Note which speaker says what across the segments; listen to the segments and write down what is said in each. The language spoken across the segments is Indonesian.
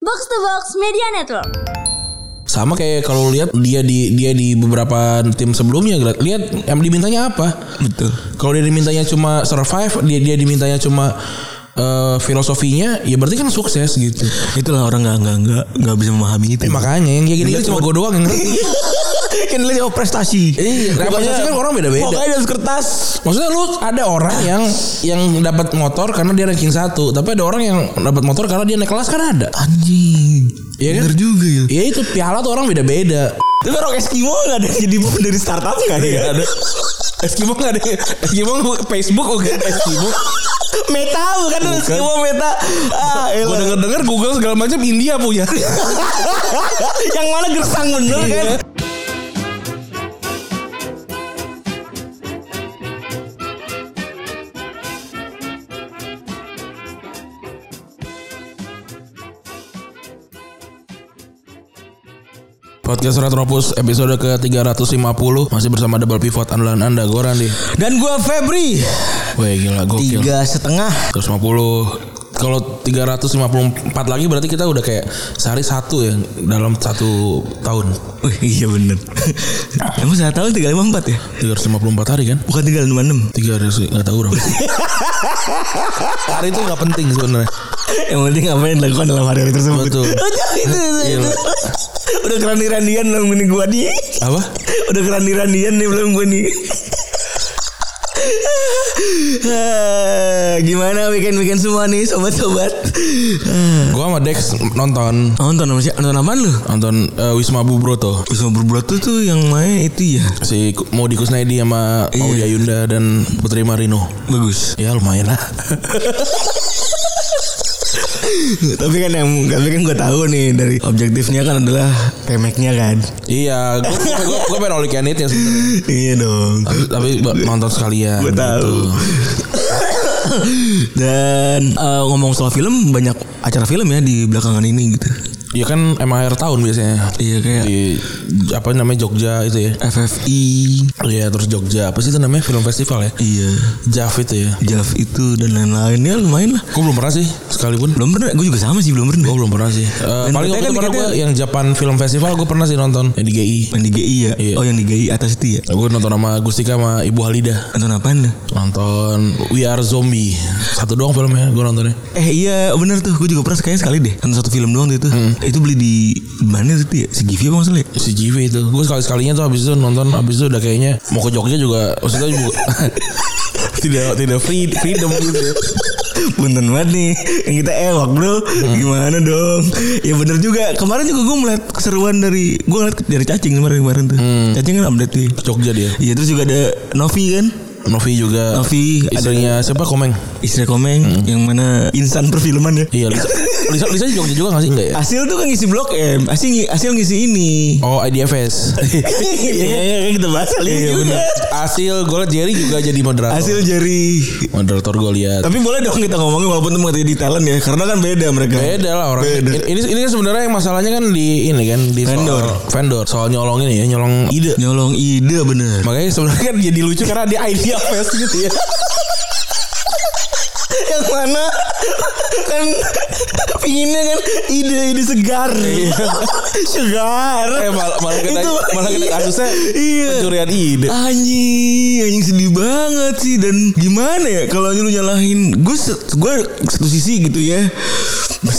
Speaker 1: Box to Box Media Network.
Speaker 2: sama kayak kalau lihat dia di dia di beberapa tim sebelumnya Greg. lihat yang dimintanya apa betul kalau dia dimintanya cuma survive dia dia dimintanya cuma eh, filosofinya ya berarti kan sukses gitu
Speaker 3: Itulah orang nggak nggak nggak nggak bisa memahami itu.
Speaker 2: Eh, makanya yang kayak gini
Speaker 3: Lihat
Speaker 2: cuma Iya. gue doang yang ngerti
Speaker 3: kan lihat oh, prestasi.
Speaker 2: Iya, prestasi kan orang beda-beda.
Speaker 3: Pokoknya di atas kertas.
Speaker 2: maksudnya lu ada orang yang yang dapat motor karena dia ranking satu tapi ada orang yang dapat motor karena dia naik kelas kan ada
Speaker 3: Anjing.
Speaker 2: Iya kan?
Speaker 3: Bener juga ya.
Speaker 2: ya itu piala tuh orang beda-beda
Speaker 3: Tapi kan orang Eskimo nggak ada jadi dari startup nggak ada. ya?
Speaker 2: ada Eskimo nggak ada ya? Eskimo Facebook oke Eskimo
Speaker 3: Meta bukan Eskimo Meta. Ah,
Speaker 2: Gue
Speaker 3: elah.
Speaker 2: denger denger Google segala macam India punya.
Speaker 3: Yang mana gersang bener kan?
Speaker 2: Podcast Retropus episode ke 350 masih bersama Double Pivot andalan Anda gue Randi.
Speaker 3: Dan gua Febri.
Speaker 2: Wah gila gokil.
Speaker 3: Tiga setengah.
Speaker 2: 350 kalau 354 lagi berarti kita udah kayak sehari satu ya dalam satu tahun.
Speaker 3: Wih, iya bener. Emang saya tahu tiga lima empat ya?
Speaker 2: 354 hari kan?
Speaker 3: Bukan tiga lima enam.
Speaker 2: Tiga hari sih nggak tahu berapa. hari itu nggak penting sebenarnya.
Speaker 3: Yang penting apa yang dilakukan dalam hari-hari tersebut.
Speaker 2: Betul.
Speaker 3: Udah itu, itu,
Speaker 2: Iya,
Speaker 3: itu. Udah kerani randian belum ini gua nih.
Speaker 2: Apa?
Speaker 3: Udah kerani randian nih belum gua nih. Ah, Gimana weekend-weekend semua nih sobat-sobat? Ah,
Speaker 2: Gua sama Dex nonton
Speaker 3: Nonton apa sih? Nonton apaan lu?
Speaker 2: nonton eh, Wisma Bubroto.
Speaker 3: Bisa berbuat tuh tuh yang main itu ya.
Speaker 2: Si Modi Kusnaidi sama Maudy Ayunda dan Putri Marino.
Speaker 3: Bagus.
Speaker 2: Ya lumayan lah.
Speaker 3: tapi kan yang tapi kan gua tahu nih dari objektifnya kan adalah pemeknya kan.
Speaker 2: iya, gue gue gue pengen all you can eat ya sebenarnya.
Speaker 3: iya dong.
Speaker 2: Tapi- Tapi buat nonton sekalian.
Speaker 3: Gue tahu.
Speaker 2: gitu.
Speaker 3: Dan eh, ngomong soal film banyak acara film ya di belakangan ini gitu.
Speaker 2: Ya kan emang akhir tahun biasanya.
Speaker 3: Iya kayak
Speaker 2: Di apa namanya Jogja itu ya.
Speaker 3: FFI.
Speaker 2: Iya terus Jogja apa sih itu namanya film festival ya?
Speaker 3: Iya.
Speaker 2: JAV itu ya.
Speaker 3: Jav itu dan lain-lain ya lumayan lah.
Speaker 2: Gue belum pernah sih sekalipun.
Speaker 3: Belum pernah, gue juga sama sih belum
Speaker 2: Gue
Speaker 3: pernah.
Speaker 2: belum pernah sih. Eh,
Speaker 3: Dan
Speaker 2: paling waktu
Speaker 3: katanya kan
Speaker 2: itu pernah gue
Speaker 3: dikatanya-
Speaker 2: yang Japan Film Festival gue pernah sih nonton yang di GI.
Speaker 3: Yang di GI ya?
Speaker 2: Iya.
Speaker 3: Oh yang di GI atas itu ya?
Speaker 2: Gue nonton sama Gustika sama Ibu Halida.
Speaker 3: Nonton apaan lu?
Speaker 2: Nonton We Are Zombie. Satu doang filmnya gue nontonnya.
Speaker 3: Eh iya bener tuh, gue juga pernah kayaknya sekali deh. Nonton satu film doang tuh itu.
Speaker 2: Hmm.
Speaker 3: Itu beli di mana tuh ya? Si Givi apa maksudnya?
Speaker 2: si JV itu gue sekali sekalinya tuh habis itu nonton habis itu udah kayaknya mau ke Jogja juga maksudnya juga tidak tidak free freedom gitu ya.
Speaker 3: Punten banget nih Yang kita ewak bro
Speaker 2: Hmm.
Speaker 3: Gimana dong Ya bener juga Kemarin juga gue melihat keseruan dari Gue ngeliat dari cacing kemarin-kemarin tuh
Speaker 2: Hmm.
Speaker 3: Cacing kan update tuh
Speaker 2: Jogja dia
Speaker 3: Iya terus juga ada Novi kan
Speaker 2: Novi juga
Speaker 3: Novi ada
Speaker 2: istrinya siapa Komeng
Speaker 3: istri Komeng Yang mana insan perfilman ya
Speaker 2: Hmm. iya Lisa Lisa, Lisa di Jogja juga gak sih enggak ya
Speaker 3: Hasil tuh kan ngisi blog M Hasil, hasil ngisi ini
Speaker 2: oh IDFS
Speaker 3: Iya iya, iya, kita bahas kali ini
Speaker 2: iya
Speaker 3: juga
Speaker 2: bener Asil gue liat Jerry juga jadi moderator
Speaker 3: Hasil jari
Speaker 2: moderator gue liat
Speaker 3: Tapi boleh dong kita ngomongin Walaupun itu mengerti di talent ya Karena kan beda mereka
Speaker 2: beda lah orang
Speaker 3: Beda.
Speaker 2: ini ini kan sebenarnya yang masalahnya kan di ini kan di soal-
Speaker 3: Vendor.
Speaker 2: vendor soal nyolong ini ya nyolong ide
Speaker 3: Nyolong ide bener
Speaker 2: makanya sebenarnya kan jadi lucu karena dia IDFS gitu ya
Speaker 3: yang mana kan pinginnya kan ide-ide segar segar
Speaker 2: Eh mal- malah kena
Speaker 3: Itu,
Speaker 2: malah kena
Speaker 3: iya.
Speaker 2: kasusnya
Speaker 3: Iya.
Speaker 2: pencurian ide.
Speaker 3: anjing anjing sedih banget sih dan gimana ya kalau lu nyalahin gue se- gue satu sisi gitu ya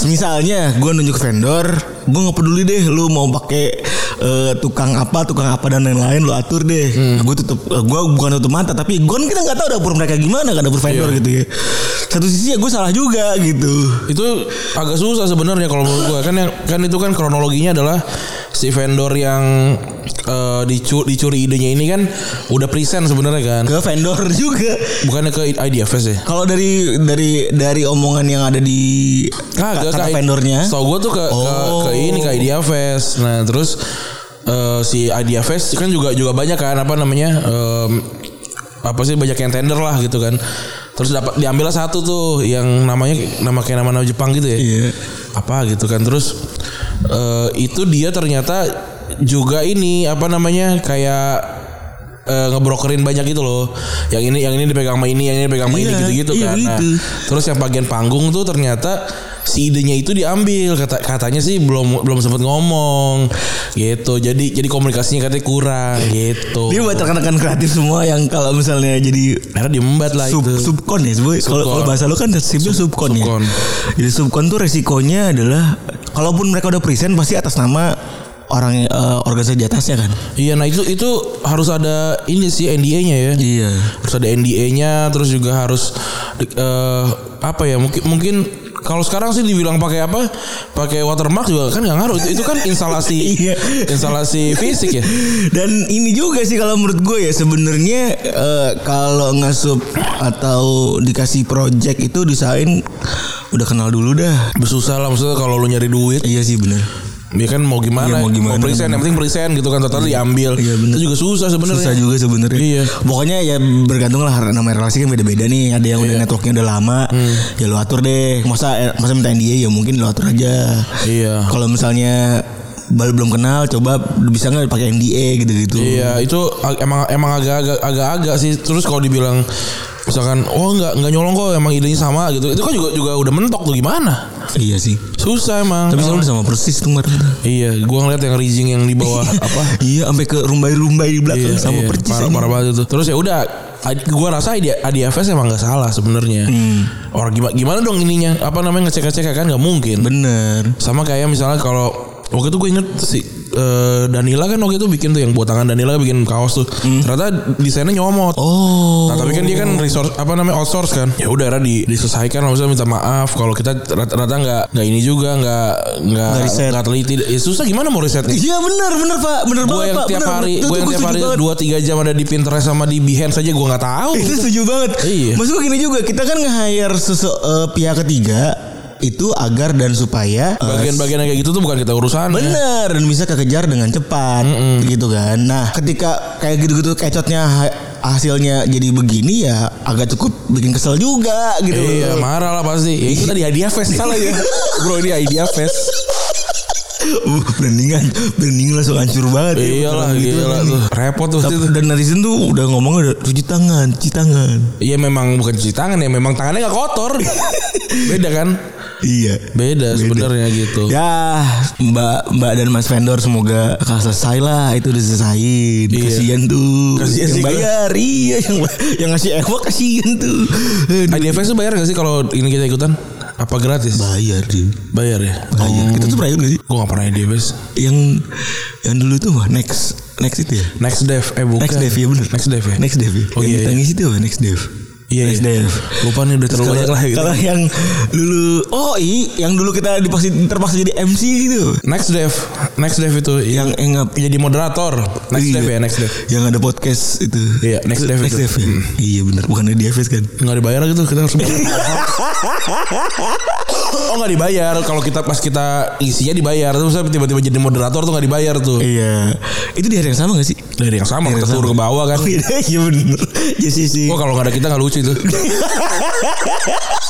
Speaker 3: misalnya gue nunjuk vendor gue nggak peduli deh lu mau pakai eh, tukang apa tukang apa dan lain-lain lu atur deh gue tutup gue bukan tutup mata tapi gue kita nggak tahu dapur mereka gimana kan dapur vendor gitu ya satu sisi ya gue salah juga gitu
Speaker 2: Itu agak susah sebenarnya kalau menurut gua kan yang kan itu kan kronologinya adalah si vendor yang eh, dicu- dicuri idenya ini kan udah present sebenarnya kan.
Speaker 3: ke vendor juga.
Speaker 2: Bukannya ke IDFS ya?
Speaker 3: Kalau dari dari dari omongan yang ada di
Speaker 2: Kagak
Speaker 3: kata
Speaker 2: ke-
Speaker 3: vendornya,
Speaker 2: Setahu gua tuh ke, ke
Speaker 3: Oh.
Speaker 2: ke ini ke IDFS. Nah, terus eh, si IDFS kan juga juga banyak kan apa namanya? em, apa sih banyak yang tender lah gitu kan. Terus dapat diambillah satu tuh yang namanya nama kayak nama-nama Jepang gitu ya.
Speaker 3: Iya.
Speaker 2: Apa gitu kan. Terus eh, itu dia ternyata juga ini apa namanya? kayak eh, ngebrokerin banyak gitu loh. Yang ini yang ini dipegang sama ini, yang ini dipegang sama ini
Speaker 3: Iya,
Speaker 2: gitu-gitu
Speaker 3: iya
Speaker 2: kan. Nah,
Speaker 3: gitu.
Speaker 2: Terus yang bagian panggung tuh ternyata si idenya itu diambil kata katanya sih belum belum sempat ngomong gitu jadi jadi komunikasinya katanya kurang gitu
Speaker 3: Dia buat rekan-rekan kreatif semua yang kalau misalnya jadi
Speaker 2: akhirnya diembat lah
Speaker 3: sub,
Speaker 2: Nah, itu
Speaker 3: subkon ya sebut kalau
Speaker 2: Subkon.
Speaker 3: kalau bahasa lu kan sipil subkon, ya
Speaker 2: subkon.
Speaker 3: jadi subkon tuh resikonya adalah kalaupun mereka udah present pasti atas nama orang eh, organisasi di atasnya kan
Speaker 2: iya nah itu itu harus ada ini sih NDA-nya ya
Speaker 3: iya
Speaker 2: terus ada NDA-nya terus juga harus di- eh, apa ya mungkin mungkin kalau sekarang sih dibilang pakai apa pakai watermark juga kan nggak ngaruh itu, itu kan instalasi
Speaker 3: Iya.
Speaker 2: instalasi fisik ya
Speaker 3: dan ini juga sih kalau menurut gue ya sebenarnya eh, kalau ngesub atau dikasih project itu desain udah kenal dulu dah
Speaker 2: susah lah maksudnya kalau lu nyari duit
Speaker 3: iya sih bener
Speaker 2: ya kan mau gimana
Speaker 3: Iya, mau gimana.
Speaker 2: present yang penting present gitu kan total diambil
Speaker 3: Iya, bener.
Speaker 2: itu juga susah sebenarnya
Speaker 3: susah juga sebenarnya.
Speaker 2: Iya.
Speaker 3: Pokoknya ya bergantung lah namanya relasi kan beda-beda nih. Ada yang udah
Speaker 2: Iya.
Speaker 3: networknya udah lama,
Speaker 2: Hmm.
Speaker 3: ya lu atur deh. Masa masa minta NDA ya mungkin lu atur aja.
Speaker 2: Iya.
Speaker 3: Kalau misalnya baru belum kenal, coba bisa nggak pakai NDA gitu-gitu.
Speaker 2: Iya itu ag- emang emang agak-agak agak-agak sih terus kalau dibilang misalkan oh nggak nggak nyolong kok emang idenya sama gitu itu kan juga juga udah mentok tuh gimana
Speaker 3: Iya sih.
Speaker 2: susah emang
Speaker 3: Tapi
Speaker 2: Kalau-
Speaker 3: selalu udah sama persis tuh Mar.
Speaker 2: Iya, gua ngeliat yang Rizing yang di bawah apa?
Speaker 3: Iya, sampai ke rumbai-rumbai di belakang
Speaker 2: Iya,
Speaker 3: sama
Speaker 2: iya,
Speaker 3: persis.
Speaker 2: Parah,
Speaker 3: anjing.
Speaker 2: parah banget itu. Terus ya udah, ad- gua rasa ID, ADFS emang nggak salah sebenarnya.
Speaker 3: Hmm.
Speaker 2: Orang gimana, gimana dong ininya? Apa namanya ngecek-ngecek kan nggak mungkin.
Speaker 3: Bener.
Speaker 2: Sama kayak misalnya kalau waktu itu gue inget si eh, Danila kan waktu itu bikin tuh yang buat tangan Danila bikin kaos tuh. Ternyata desainnya nyomot.
Speaker 3: Hmm. Oh.
Speaker 2: Nah, tapi kan dia kan resource apa namanya outsource kan. Ya udah era di diselesaikan maksudnya minta maaf kalau kita ternyata nggak nggak ini juga nggak nggak
Speaker 3: Nggak riset.
Speaker 2: nggak teliti. Ya, susah gimana mau risetnya?
Speaker 3: Iya bener bener pak bener
Speaker 2: gue
Speaker 3: banget
Speaker 2: yang
Speaker 3: pak
Speaker 2: tiap
Speaker 3: Bener,
Speaker 2: hari
Speaker 3: bener. Itu
Speaker 2: gue yang
Speaker 3: gua
Speaker 2: tiap
Speaker 3: setuju
Speaker 2: hari
Speaker 3: banget.
Speaker 2: dua tiga jam ada di Pinterest sama di Behance aja gue nggak tahu
Speaker 3: Itu setuju banget.
Speaker 2: Iya.
Speaker 3: Maksud gue gini juga, kita kan nge-hire sese eh, pihak ketiga itu agar dan supaya eh,
Speaker 2: bagian-bagian yang kayak gitu tuh bukan kita urusan
Speaker 3: bener dan bisa kekejar dengan cepat gitu kan. Nah, ketika kayak gitu-gitu kecotnya ha- hasilnya jadi begini ya agak cukup bikin kesel juga gitu.
Speaker 2: iya marah lah pasti ya, itu tadi hadiah fest salah ya bro ini hadiah fest
Speaker 3: Uh, brandingan, branding langsung hancur banget. ya.
Speaker 2: iyalah iyalah tuh repot tuh pasti
Speaker 3: Tapi-
Speaker 2: tuh
Speaker 3: Dan netizen tuh udah ngomong udah cuci tangan, cuci tangan.
Speaker 2: Iya memang bukan cuci tangan ya Memang tangannya gak kotor Beda kan
Speaker 3: Iya.
Speaker 2: Beda sebenarnya gitu
Speaker 3: Ya, Mbak Mbak dan Mas vendor semoga kalau selesai lah itu udah selesaiin.
Speaker 2: Iya.
Speaker 3: Kasihan tuh.
Speaker 2: Kasihan
Speaker 3: yang
Speaker 2: sih gua.
Speaker 3: bayar, iya yang yang ngasih ewok kasihan tuh. Eh, Aduh.
Speaker 2: Hadiah fest tuh bayar gak sih kalau ini kita ikutan Apa gratis
Speaker 3: Bayar dia.
Speaker 2: Bayar ya
Speaker 3: Bayar. Kita tuh pernah ikut gak sih?
Speaker 2: Gue gak pernah hadiah fest
Speaker 3: Yang yang dulu tuh wah, next next itu ya.
Speaker 2: Next Dev Eh bukan
Speaker 3: Next Dev ya bener
Speaker 2: Next Dev ya
Speaker 3: Next Dev ya
Speaker 2: Oh
Speaker 3: Yang
Speaker 2: iya,
Speaker 3: ditangis itu apa Next Dev
Speaker 2: Iya,
Speaker 3: Next
Speaker 2: iya.
Speaker 3: Dev
Speaker 2: Lupa nih udah
Speaker 3: Terus
Speaker 2: terlalu
Speaker 3: kalau-
Speaker 2: banyak lah gitu.
Speaker 3: Kalau yang dulu Oh iya Yang dulu kita dipaksa, terpaksa jadi MC gitu
Speaker 2: Next Dev Next Dev itu
Speaker 3: Yang enggak
Speaker 2: jadi moderator next
Speaker 3: Iya.
Speaker 2: step ya next step
Speaker 3: Yang ada podcast itu.
Speaker 2: Iya, Next Dev
Speaker 3: Next
Speaker 2: itu.
Speaker 3: Dev ya? Iya benar, bukan di DFS kan.
Speaker 2: nggak dibayar gitu kita harus oh nggak dibayar kalau kita pas kita isinya dibayar terus saya tiba-tiba jadi moderator tuh nggak dibayar tuh
Speaker 3: Iya. Itu di hari yang sama gak sih?
Speaker 2: dari yang sama kita turun ke bawah kan
Speaker 3: Oh, iya, iya benar. Iya sih sih.
Speaker 2: Wah kalau nggak ada kita nggak lucu itu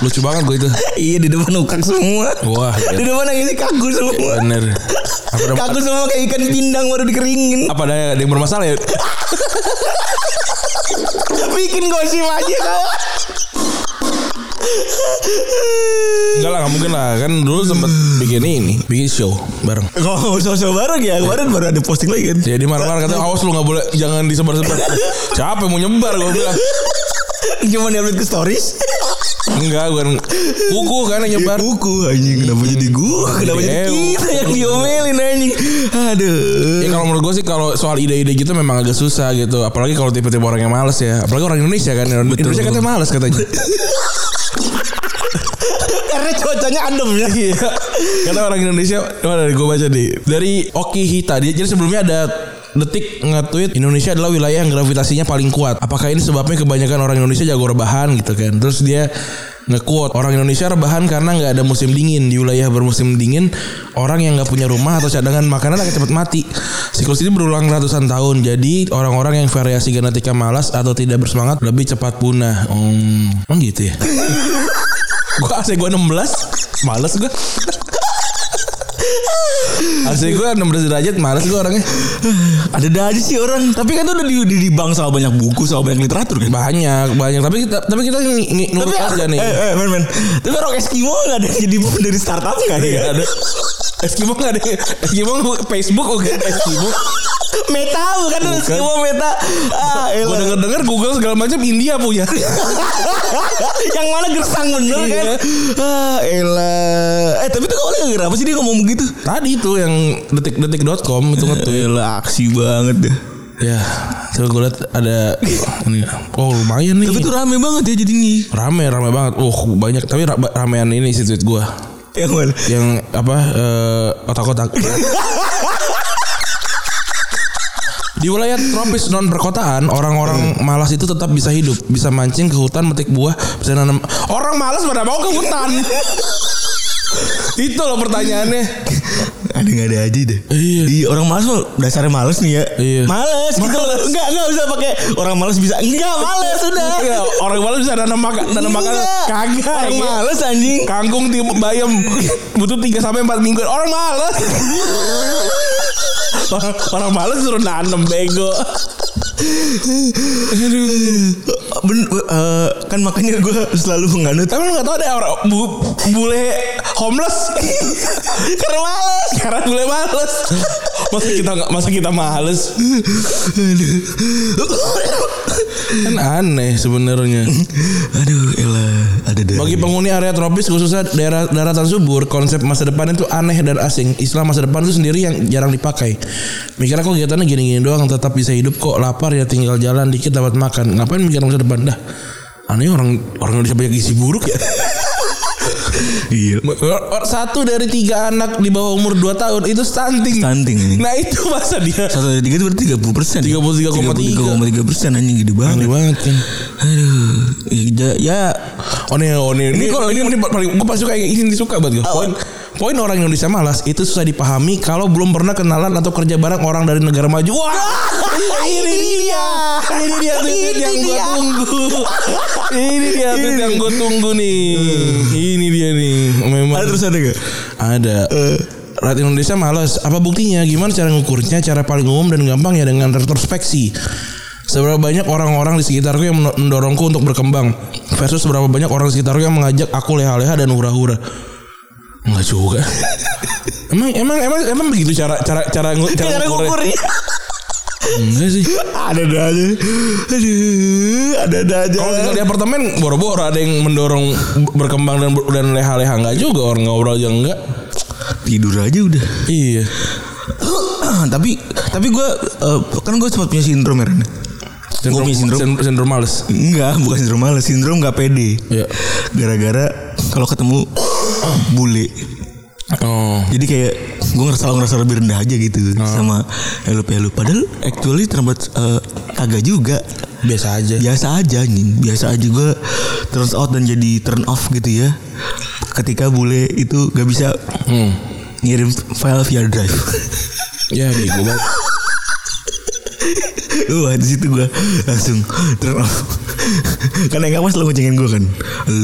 Speaker 2: lucu banget gue itu
Speaker 3: Iya di depan ukak semua.
Speaker 2: Wah, iya.
Speaker 3: Di depan yang ini kaku semua.
Speaker 2: bener apa ada,
Speaker 3: Kaku semua kayak ikan pindang baru dikeringin.
Speaker 2: apa ada ada yang bermasalah ya
Speaker 3: Bikin gosip aja kau.
Speaker 2: enggak lah nggak mungkin lah kan dulu sempet bikin ini bikin show bareng
Speaker 3: Kalau sosok bareng ya kemarin baru ada posting lagi kan.
Speaker 2: jadi marah-marah katanya awas lu nggak boleh jangan disebar-sebar siapa yang mau nyebar gue bilang
Speaker 3: Cuman di-upload ke stories.
Speaker 2: Enggak bukan Kuku kan yang nyebar
Speaker 3: Buku anjing kenapa jadi gua? Kenapa jadi
Speaker 2: Iya.
Speaker 3: kita yang diomelin anjing? Aduh.
Speaker 2: Ya kalau menurut gue sih kalau soal ide-ide gitu memang agak susah gitu Apalagi kalau tipe-tipe orang yang males ya Apalagi orang Indonesia kan Orang Indonesia katanya males katanya
Speaker 3: Karena cuacanya adem ya.
Speaker 2: Iya Kata orang Indonesia Mana gue baca nih Dari Oki Hita dia, Jadi sebelumnya ada Detik nge-tweet Indonesia adalah wilayah yang gravitasinya paling kuat Apakah ini sebabnya kebanyakan orang Indonesia jago rebahan gitu kan Terus dia nge-quote Orang Indonesia rebahan karena nggak ada musim dingin Di wilayah bermusim dingin Orang yang nggak punya rumah atau cadangan makanan akan cepat mati Siklus ini berulang ratusan tahun Jadi orang-orang yang variasi genetika malas Atau tidak bersemangat lebih cepat punah Hmm, Emang gitu ya Gue AC gue 16 Males gue Asli gue 16 derajat males gue orangnya.
Speaker 3: Ada ada aja sih orang. Tapi kan itu udah di, di, dibang sama banyak buku, sama banyak literatur kan.
Speaker 2: Banyak, banyak. Tapi kita tapi kita ng- ng- nurut aja nih.
Speaker 3: Eh, eh, men, men. Tapi orang Eskimo gak ada yang jadi dari startup gak ada ya?
Speaker 2: Ada. Eskimo gak ada Eskimo nggak- Facebook oke Eskimo
Speaker 3: Meta bukan, dari Eskimo Meta. Ah,
Speaker 2: Gue
Speaker 3: elah.
Speaker 2: denger denger Google segala macam India punya
Speaker 3: yang mana gersang bener
Speaker 2: Iya.
Speaker 3: kan? Ah, elah. Eh, tapi tuh awalnya gara apa sih dia ngomong gitu? begitu?
Speaker 2: Tadi tuh yang detik-detik.com itu ngetweet
Speaker 3: Elah, aksi banget deh.
Speaker 2: Ya Coba gue liat ada ini. Oh lumayan nih
Speaker 3: Tapi tuh rame banget ya jadi nih.
Speaker 2: Rame rame banget Oh banyak Tapi ra- ramean ini sih tweet gue
Speaker 3: Yang mana?
Speaker 2: Yang apa eh, Otak-otak Di wilayah tropis non perkotaan, orang-orang
Speaker 3: Hmm.
Speaker 2: malas itu tetap bisa hidup, bisa mancing ke hutan, metik buah, bisa nanam. Orang malas pada mau ke hutan. itu loh pertanyaannya.
Speaker 3: Ada nggak ada aja deh.
Speaker 2: Iya.
Speaker 3: orang malas mah dasarnya malas nih ya.
Speaker 2: Iya.
Speaker 3: Malas gitu loh. Enggak, enggak usah pakai orang malas bisa. Enggak, malas udah.
Speaker 2: Iya, orang malas bisa nanam makan, nanam makan.
Speaker 3: Enggak.
Speaker 2: Kagak.
Speaker 3: Orang
Speaker 2: iya.
Speaker 3: malas anjing.
Speaker 2: Kangkung di bayam butuh 3 sampai 4 minggu. Orang malas. orang, orang malas suruh nanam bego.
Speaker 3: Ben, eh, kan makanya gue selalu menganut
Speaker 2: Tapi lu gak tau ada orang bu, bule homeless karena males, karena bule males. Masa kita nggak, masa kita males? Kan aneh sebenarnya.
Speaker 3: Aduh elah Ada dari
Speaker 2: Bagi penghuni area tropis khususnya daerah daratan subur, konsep masa depan itu aneh dan asing. Islam masa depan itu sendiri yang jarang dipakai. Mikir aku kegiatannya gini-gini doang tetap bisa hidup kok. Lapar ya tinggal jalan dikit dapat makan. Ngapain mikir masa depan dah? Aneh orang orang Indonesia banyak gizi buruk ya.
Speaker 3: Iya
Speaker 2: Satu dari tiga anak di bawah umur 2 tahun itu stunting.
Speaker 3: Stunting ini
Speaker 2: Nah itu masa dia.
Speaker 3: Satu dari tiga itu berarti 30 persen ya? 33,3 persen anjing gede banget
Speaker 2: Aneh banget kan.
Speaker 3: Aduh Ya, ya
Speaker 2: Oh nih, oh nih, ini kalau ini, ini paling gue paling suka ini ini suka banget gue. Poin, poin orang Indonesia malas itu susah dipahami kalau belum pernah kenalan atau kerja bareng orang dari negara maju. Wah, Ah, ini dia, ini dia tuh
Speaker 3: Ini
Speaker 2: yang gue
Speaker 3: dia.
Speaker 2: tunggu. Ini dia tuh yang gue tunggu nih. Ini dia nih, memang.
Speaker 3: Ada terus ada gak?
Speaker 2: Ada. Rakyat Indonesia malas. Apa buktinya? Gimana cara ngukurnya? Cara paling umum dan gampang ya dengan retrospeksi. Seberapa banyak orang-orang di sekitarku yang mendo- mendorongku untuk berkembang versus seberapa banyak orang di sekitarku yang mengajak aku leha-leha dan hura-hura. Enggak juga. emang emang emang emang begitu cara cara cara ngu- cara,
Speaker 3: Cara
Speaker 2: ngukurnya?
Speaker 3: ngukur ya
Speaker 2: Enggak sih.
Speaker 3: Ada ada aja Aduh Ada ada aja
Speaker 2: Kalau tinggal di apartemen boro-boro ada yang mendorong berkembang dan dan leha-leha enggak juga orang ngobrol aja enggak.
Speaker 3: Tidur aja udah
Speaker 2: Iya.
Speaker 3: Tapi Tapi gue Kan gue sempat punya sindrom ya Ren. Gua punya sindrom.
Speaker 2: sindrom, sindrom malas.
Speaker 3: Enggak bukan sindrom males Sindrom gak pede
Speaker 2: Iya.
Speaker 3: Gara-gara Kalau ketemu Bule
Speaker 2: Oh.
Speaker 3: Jadi kayak gue ngerasa selalu ngerasa lebih rendah aja gitu
Speaker 2: Ah.
Speaker 3: sama elup elup. Padahal actually terlibat eh, kagak juga.
Speaker 2: biasa aja
Speaker 3: Biasa aja nih, biasa aja gue turns out dan jadi turn off gitu ya. Ketika bule itu gak bisa
Speaker 2: hmm.
Speaker 3: ngirim file via drive.
Speaker 2: ya bego banget
Speaker 3: Wah di situ gue langsung turn off. Karena yang apa selalu ngecengin gue kan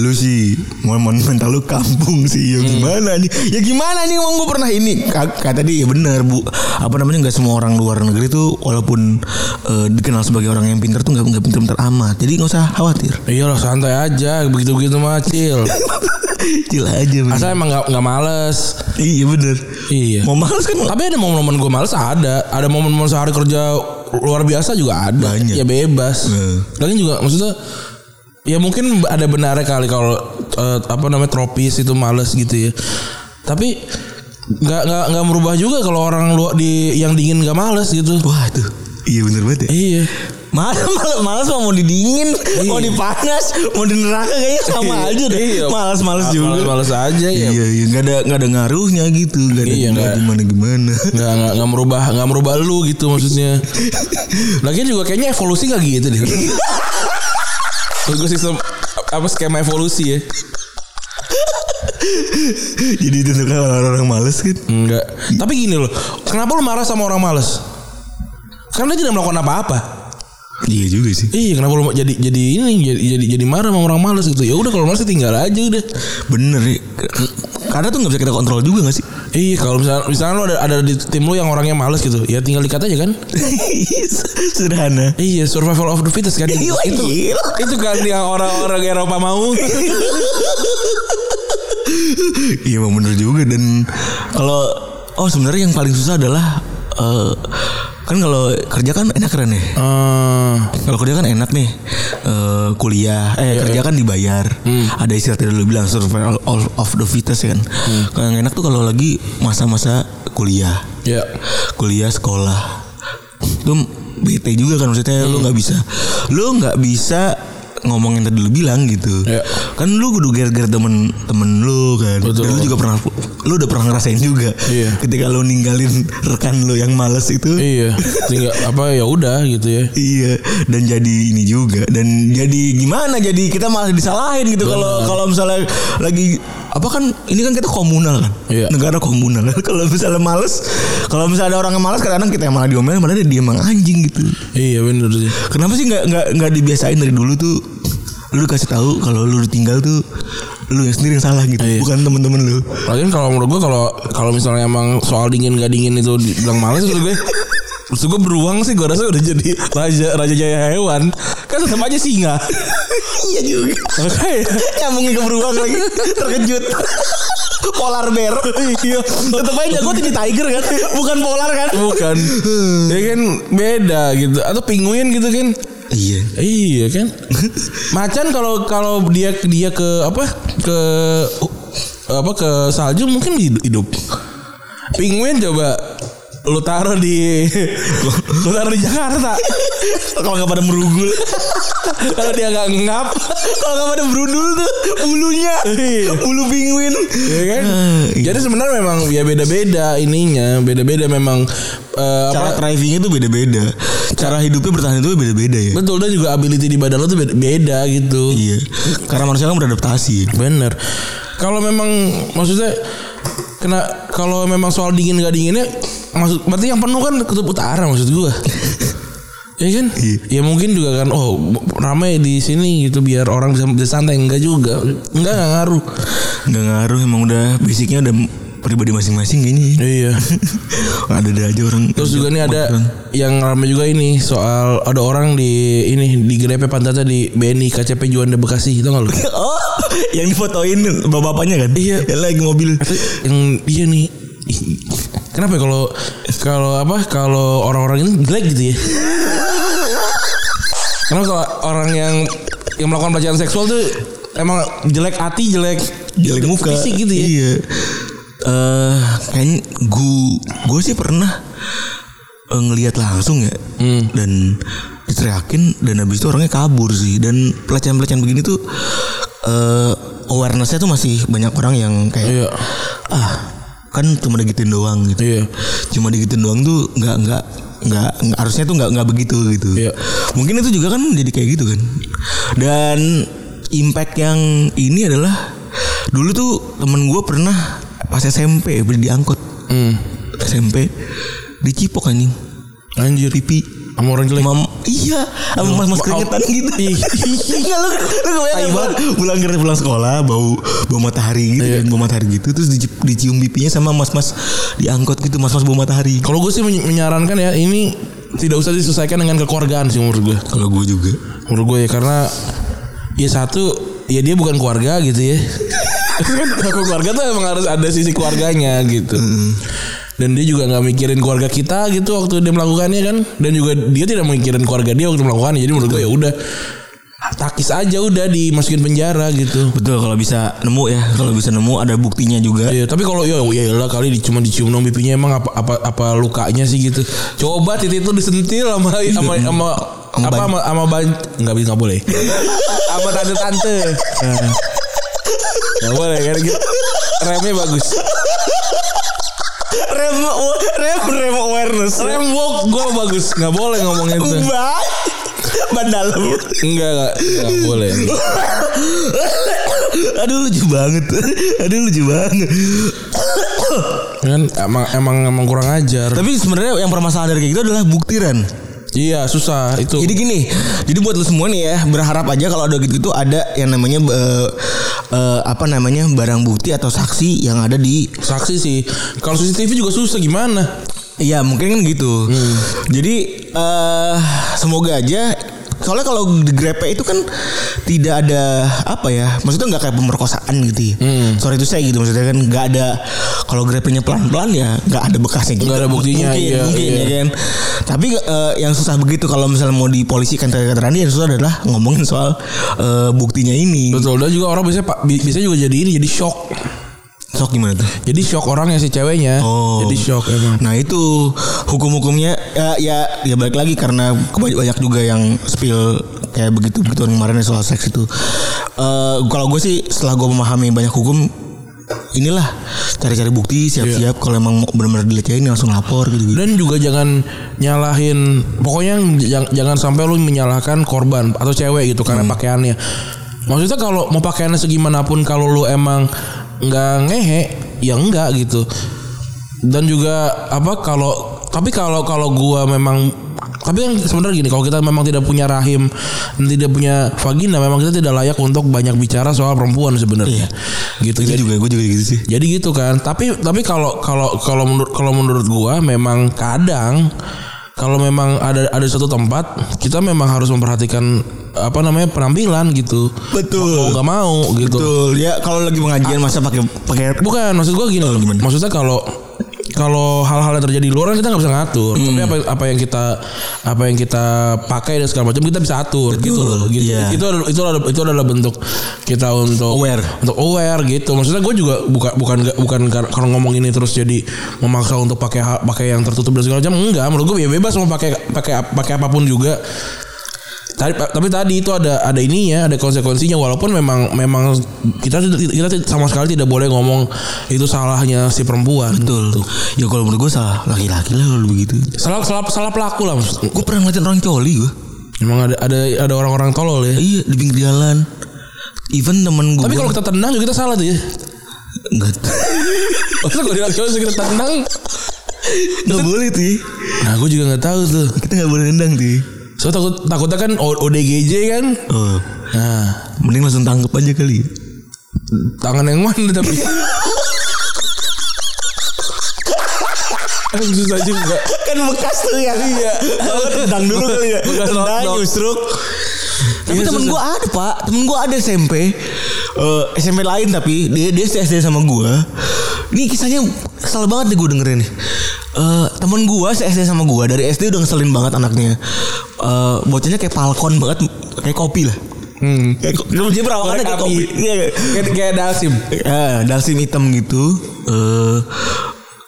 Speaker 3: Lu sih mau mau- mental lu kampung sih Ya gimana nih Ya gimana nih emang gue pernah ini Ka- Kata dia ya bener bu Apa namanya gak semua orang luar negeri tuh Walaupun eh, dikenal sebagai orang yang pinter tuh Gak, nggak pinter-pinter amat Jadi gak usah khawatir
Speaker 2: iyalah santai aja begitu begitu mah cil
Speaker 3: Gila aja bener
Speaker 2: asal emang nggak nggak males
Speaker 3: Iya bener
Speaker 2: Iya.
Speaker 3: Mau males kan
Speaker 2: tapi ada momen-momen gue males ada ada momen-momen sehari kerja luar biasa juga ada
Speaker 3: Banyak.
Speaker 2: ya bebas
Speaker 3: Hmm.
Speaker 2: lagi juga maksudnya ya mungkin ada benarnya kali kalau eh, apa namanya tropis itu males gitu ya tapi nggak nggak nggak merubah juga kalau orang luar di yang dingin nggak males gitu
Speaker 3: Wah tuh Iya bener banget ya
Speaker 2: iya
Speaker 3: Malas, malas, malas mah mau didingin, mau dipanas, mau di neraka kayaknya sama aja deh.
Speaker 2: Iya.
Speaker 3: Malas, malas juga.
Speaker 2: males, males aja ya
Speaker 3: Iya, iya, nggak ada nggak ada ngaruhnya gitu, nggak ada
Speaker 2: Iya,
Speaker 3: nggak
Speaker 2: nggak.
Speaker 3: gimana gimana.
Speaker 2: nggak nggak nggak merubah nggak merubah lu gitu maksudnya lagian juga kayaknya evolusi nggak gitu deh Gue sistem apa skema evolusi ya
Speaker 3: Jadi ditentukan orang-orang malas kan?
Speaker 2: Enggak Tapi gini loh Kenapa lu marah sama orang males Karena dia tidak melakukan apa-apa
Speaker 3: Iya juga sih.
Speaker 2: Iya kenapa lu ma- jadi jadi ini jadi jadi, jadi marah sama orang males gitu ya udah kalau males tinggal aja udah
Speaker 3: Bener ya. Karena tuh nggak bisa kita kontrol juga nggak sih?
Speaker 2: Ih Iya, kalau misalnya misalnya lu ada ada di tim lu yang orangnya males gitu, ya tinggal dikat aja kan?
Speaker 3: Sederhana.
Speaker 2: Iya survival of the fittest kan?
Speaker 3: Iya,
Speaker 2: itu
Speaker 3: gila.
Speaker 2: itu kan yang orang-orang Eropa mau.
Speaker 3: Iya emang bener juga dan kalau oh sebenarnya yang paling susah adalah eh, kan kalau kerja kan enak keren ya.
Speaker 2: Eh,
Speaker 3: Kalau kerja kan enak nih eh, kuliah,
Speaker 2: Iya,
Speaker 3: eh kerja kan dibayar,
Speaker 2: Hmm.
Speaker 3: ada istilah tadi lu bilang survival of of the fittest ya kan.
Speaker 2: Hmm.
Speaker 3: Kalau yang enak tuh kalau lagi masa-masa kuliah,
Speaker 2: ya.
Speaker 3: kuliah sekolah, lu bete juga kan maksudnya
Speaker 2: Hmm.
Speaker 3: lu nggak bisa, lu nggak bisa ngomongin tadi lu bilang gitu,
Speaker 2: Iya.
Speaker 3: kan lu kudu gara-gara temen-temen lu kan,
Speaker 2: Betul.
Speaker 3: Dan lu juga pernah, lu udah pernah ngerasain juga,
Speaker 2: Iya.
Speaker 3: ketika lu ninggalin rekan lu yang males itu,
Speaker 2: Iya, tinggal apa ya udah gitu ya.
Speaker 3: Iya dan jadi ini juga dan jadi gimana jadi kita malah disalahin gitu kalau kalau misalnya lagi apa kan ini kan kita komunal kan
Speaker 2: Iya.
Speaker 3: negara komunal kalau misalnya males kalau misalnya ada orang yang males kadang-kadang kita yang malah diomelin malah dia emang anjing gitu
Speaker 2: Iya bener sih.
Speaker 3: kenapa sih nggak nggak nggak dibiasain dari dulu tuh lu kasih tahu kalau lu tinggal tuh lu yang sendiri yang salah gitu
Speaker 2: Iya.
Speaker 3: bukan temen-temen lu
Speaker 2: Lagian kalau menurut gue kalau kalau misalnya emang soal dingin gak dingin itu bilang males menurut gue Terus gue beruang sih gue rasa udah jadi raja raja jaya hewan kan tetap aja singa
Speaker 3: iya juga
Speaker 2: makanya ya.
Speaker 3: nyambungin ke beruang lagi terkejut polar bear iya tetep aja jago tinggi tiger kan bukan polar kan
Speaker 2: bukan ya kan beda gitu atau penguin gitu kan
Speaker 3: iya
Speaker 2: iya kan macan kalau kalau dia dia ke apa ke apa ke salju mungkin hid- hidup penguin coba lu taruh di lu taruh di Jakarta
Speaker 3: kalau nggak pada merugul
Speaker 2: kalau dia nggak ngap
Speaker 3: kalau nggak pada berundul tuh bulunya
Speaker 2: Iya.
Speaker 3: bulu penguin
Speaker 2: ya kan
Speaker 3: Ah, iya.
Speaker 2: jadi sebenarnya memang ya beda-beda ininya beda-beda memang eh,
Speaker 3: cara
Speaker 2: apa
Speaker 3: thrivingnya tuh beda-beda cara hidupnya bertahan itu beda-beda ya
Speaker 2: betul dan juga ability di badan lo tuh beda, beda gitu
Speaker 3: iya karena manusia kan beradaptasi
Speaker 2: bener kalau memang maksudnya kena kalau memang soal dingin gak dinginnya maksud berarti yang penuh kan kutub utara maksud gua Iya kan?
Speaker 3: Iya.
Speaker 2: Ya mungkin juga kan oh ramai di sini gitu biar orang bisa, bisa santai enggak juga. Enggak enggak ngaruh.
Speaker 3: nggak ngaruh emang udah basicnya udah pribadi masing-masing kayaknya
Speaker 2: Iya.
Speaker 3: ada-ada aja orang
Speaker 2: Terus juga nih ada yang rame juga ini soal ada orang di ini di grepe pantatnya di BNI KCP Juanda Bekasi itu nggak lu?
Speaker 3: Oh, yang difotoin bapak-bapaknya kan?
Speaker 2: Iya.
Speaker 3: Yang lagi mobil.
Speaker 2: yang dia nih ih, kenapa ya kalau kalau apa kalau orang-orang ini jelek gitu ya? Kenapa kalau orang yang yang melakukan pelecehan seksual tuh emang jelek hati jelek
Speaker 3: Jelek muka.
Speaker 2: fisik gitu ya?
Speaker 3: Iya. Eh, kayaknya gua gua sih pernah eh, ngelihat langsung ya. Dan diteriakin dan habis itu orangnya kabur sih. Dan pelecehan-pelecehan begini tuh eh awarenessnya tuh masih banyak orang yang kayak
Speaker 2: Iya.
Speaker 3: ah kan cuma digitin doang gitu.
Speaker 2: Iya.
Speaker 3: Cuma digitin doang tuh nggak nggak nggak nggak- harusnya tuh nggak nggak begitu gitu.
Speaker 2: Iya.
Speaker 3: Mungkin itu juga kan jadi kayak gitu kan. Dan impact yang ini adalah dulu tuh temen gue pernah pas SMP beli di angkot
Speaker 2: Hmm.
Speaker 3: SMP dicipok anjing
Speaker 2: Anjir
Speaker 3: pipi
Speaker 2: sama orang jelek.
Speaker 3: Mam, iya, sama mas mas keringetan gitu.
Speaker 2: Ih.
Speaker 3: Enggak lu, lu kebayang
Speaker 2: Tai
Speaker 3: pulang, pulang kerja pulang sekolah bau bau matahari gitu
Speaker 2: Iya.
Speaker 3: kan, bau matahari gitu terus dicium, dicium pipinya sama mas mas diangkot gitu mas mas bau matahari.
Speaker 2: Kalau gue sih meny- menyarankan ya ini tidak usah diselesaikan dengan kekeluargaan sih menurut gue.
Speaker 3: Kalau gue juga.
Speaker 2: Menurut gue ya karena ya satu ya dia bukan keluarga gitu ya. Kan Kalau keluarga tuh emang harus ada sisi keluarganya gitu. Dan dia juga nggak mikirin keluarga kita gitu waktu dia melakukannya kan. Dan juga dia tidak mikirin keluarga dia waktu melakukannya. Jadi menurut gue ya udah takis aja udah dimasukin penjara gitu.
Speaker 3: Betul kalau bisa nemu ya, kalau bisa nemu ada buktinya juga.
Speaker 2: Iya, tapi kalau ya ya lah kali di- cuma dicium dong pipinya emang apa apa apa lukanya sih gitu. Coba titik itu disentil sama sama sama
Speaker 3: Sama
Speaker 2: apa
Speaker 3: ban-
Speaker 2: sama sama ban nggak bisa nggak boleh. Sama tante-tante. Nah. Nggak boleh kan gitu. Remnya bagus.
Speaker 3: Rem rem rem awareness.
Speaker 2: Rem walk gue bagus. Nggak boleh ngomong itu.
Speaker 3: Mbak ban dalam.
Speaker 2: Enggak enggak nggak boleh.
Speaker 3: Aduh lucu banget. Aduh lucu banget.
Speaker 2: Kan emang emang emang kurang ajar.
Speaker 3: Tapi sebenarnya yang permasalahan dari kayak gitu adalah buktiran.
Speaker 2: iya susah itu.
Speaker 3: Jadi gini, jadi buat lu semua nih ya, berharap aja kalau ada gitu-gitu ada yang namanya eh, eh, apa namanya barang bukti atau saksi yang ada di
Speaker 2: Saksi sih. Kalau CCTV juga susah gimana?
Speaker 3: Iya mungkin kan gitu.
Speaker 2: Hmm.
Speaker 3: Jadi eh semoga aja. Soalnya kalau di grepe itu kan tidak ada apa ya, maksudnya nggak kayak pemerkosaan gitu. ya.
Speaker 2: Hmm.
Speaker 3: Sorry itu saya gitu maksudnya kan nggak ada kalau grepenya pelan-pelan ya nggak ada bekasnya. Gitu.
Speaker 2: Nggak ada buktinya,
Speaker 3: Mungkin,
Speaker 2: iya,
Speaker 3: mungkin
Speaker 2: iya.
Speaker 3: ya kan. Tapi eh, yang susah begitu kalau misalnya mau dipolisikan kata Randi yang susah adalah ngomongin soal eh, buktinya ini.
Speaker 2: Betul. Dan juga orang biasanya pak- bi- biasanya juga jadi ini jadi shock.
Speaker 3: Sok gimana tuh?
Speaker 2: Jadi shock orangnya si ceweknya.
Speaker 3: Oh.
Speaker 2: Jadi shock emang.
Speaker 3: Nah itu hukum-hukumnya ya, ya ya balik lagi karena keba- banyak juga yang spill kayak begitu begituan kemarin soal seks itu. Eh kalau gue sih setelah gue memahami banyak hukum inilah cari-cari bukti siap-siap kalau emang mau benar-benar dilecehin langsung lapor gitu.
Speaker 2: Dan juga jangan nyalahin pokoknya jang- jangan sampai lu menyalahkan korban atau cewek gitu karena pakaiannya. Maksudnya kalau mau pakaiannya segimanapun kalau lu emang nggak ngehe ya enggak gitu. Dan juga apa kalau tapi kalau kalau gua memang tapi kan sebenarnya gini kalau kita memang tidak punya rahim dan tidak punya vagina memang kita tidak layak untuk banyak bicara soal perempuan sebenarnya. Gitu.
Speaker 3: Gue
Speaker 2: Jadi-
Speaker 3: juga gue juga gitu sih.
Speaker 2: jadi gitu kan. Tapi tapi kalau kalau kalau menurut kalau menurut gua memang kadang kalau memang ada ada satu tempat kita memang harus memperhatikan apa namanya penampilan gitu. Mau
Speaker 3: Betul.
Speaker 2: gak mau gitu.
Speaker 3: Betul. Ya kalau lagi pengajian masa pakai pakai
Speaker 2: Bukan maksud gua gini.
Speaker 3: Oh, gimana?
Speaker 2: Maksudnya kalau kalau hal-hal yang terjadi di luar kan kita nggak bisa ngatur.
Speaker 3: Hmm.
Speaker 2: Tapi apa apa yang kita apa yang kita pakai dan segala macam kita bisa atur gitu loh. Gitu.
Speaker 3: iya.
Speaker 2: Itu adalah- itu adalah itu adalah bentuk kita untuk
Speaker 3: Aware.
Speaker 2: untuk aware gitu. Maksudnya gue juga bukan bukan bukan kar- kalau ngomong ini terus jadi memaksa untuk pakai ha- pakai yang tertutup dan segala macam enggak. Menurut gue ya bebas mau pakai pakai ap- pakai apapun juga. Tadi, tapi tadi itu ada ada ininya, ada konsekuensinya walaupun memang memang kita kita sama sekali tidak boleh ngomong itu salahnya si perempuan.
Speaker 3: Betul. Ya kalau menurut gue salah laki-laki lah kalau begitu.
Speaker 2: Salah salah salah pelaku lah. maksud-
Speaker 3: Gue pernah ngeliatin orang coli gue.
Speaker 2: Emang ada ada ada orang-orang tolol ya.
Speaker 3: Iya di pinggir jalan. Even temen gue.
Speaker 2: Tapi kalau kita tendang juga kita salah tuh ya.
Speaker 3: nggak
Speaker 2: Maksudnya kalau dia cowok kita tendang.
Speaker 3: nggak boleh tuh.
Speaker 2: Nah, gue juga nggak tahu tuh.
Speaker 3: Kita nggak boleh nendang tuh.
Speaker 2: So takut takutnya kan O- ODGJ kan.
Speaker 3: Oh,
Speaker 2: Nah,
Speaker 3: mending langsung tangkep aja kali.
Speaker 2: tangan yang mana tapi? Aduh, susah juga.
Speaker 3: Kan bekas tuh ya. Iya. Tendang dulu kali ya.
Speaker 2: Bekas
Speaker 3: Tendang
Speaker 2: knock-knock.
Speaker 3: nyusruk. Tapi
Speaker 2: Iya,
Speaker 3: temen
Speaker 2: susah.
Speaker 3: gue ada pak Temen gue ada SMP Eh, SMP lain tapi Dia, dia SD sama gue Ini kisahnya Kesel banget deh gue dengerin nih Eh, Temen gue se SD sama gue Dari SD udah ngeselin banget anaknya Eh, Bocahnya kayak palkon banget Kayak kopi lah
Speaker 2: Hmm.
Speaker 3: Kayak ko- Dia perawakannya kayak
Speaker 2: Api.
Speaker 3: kopi Iya, iya.
Speaker 2: Kayak kayak Dalsim.
Speaker 3: Eh, dalsim hitam gitu. Eh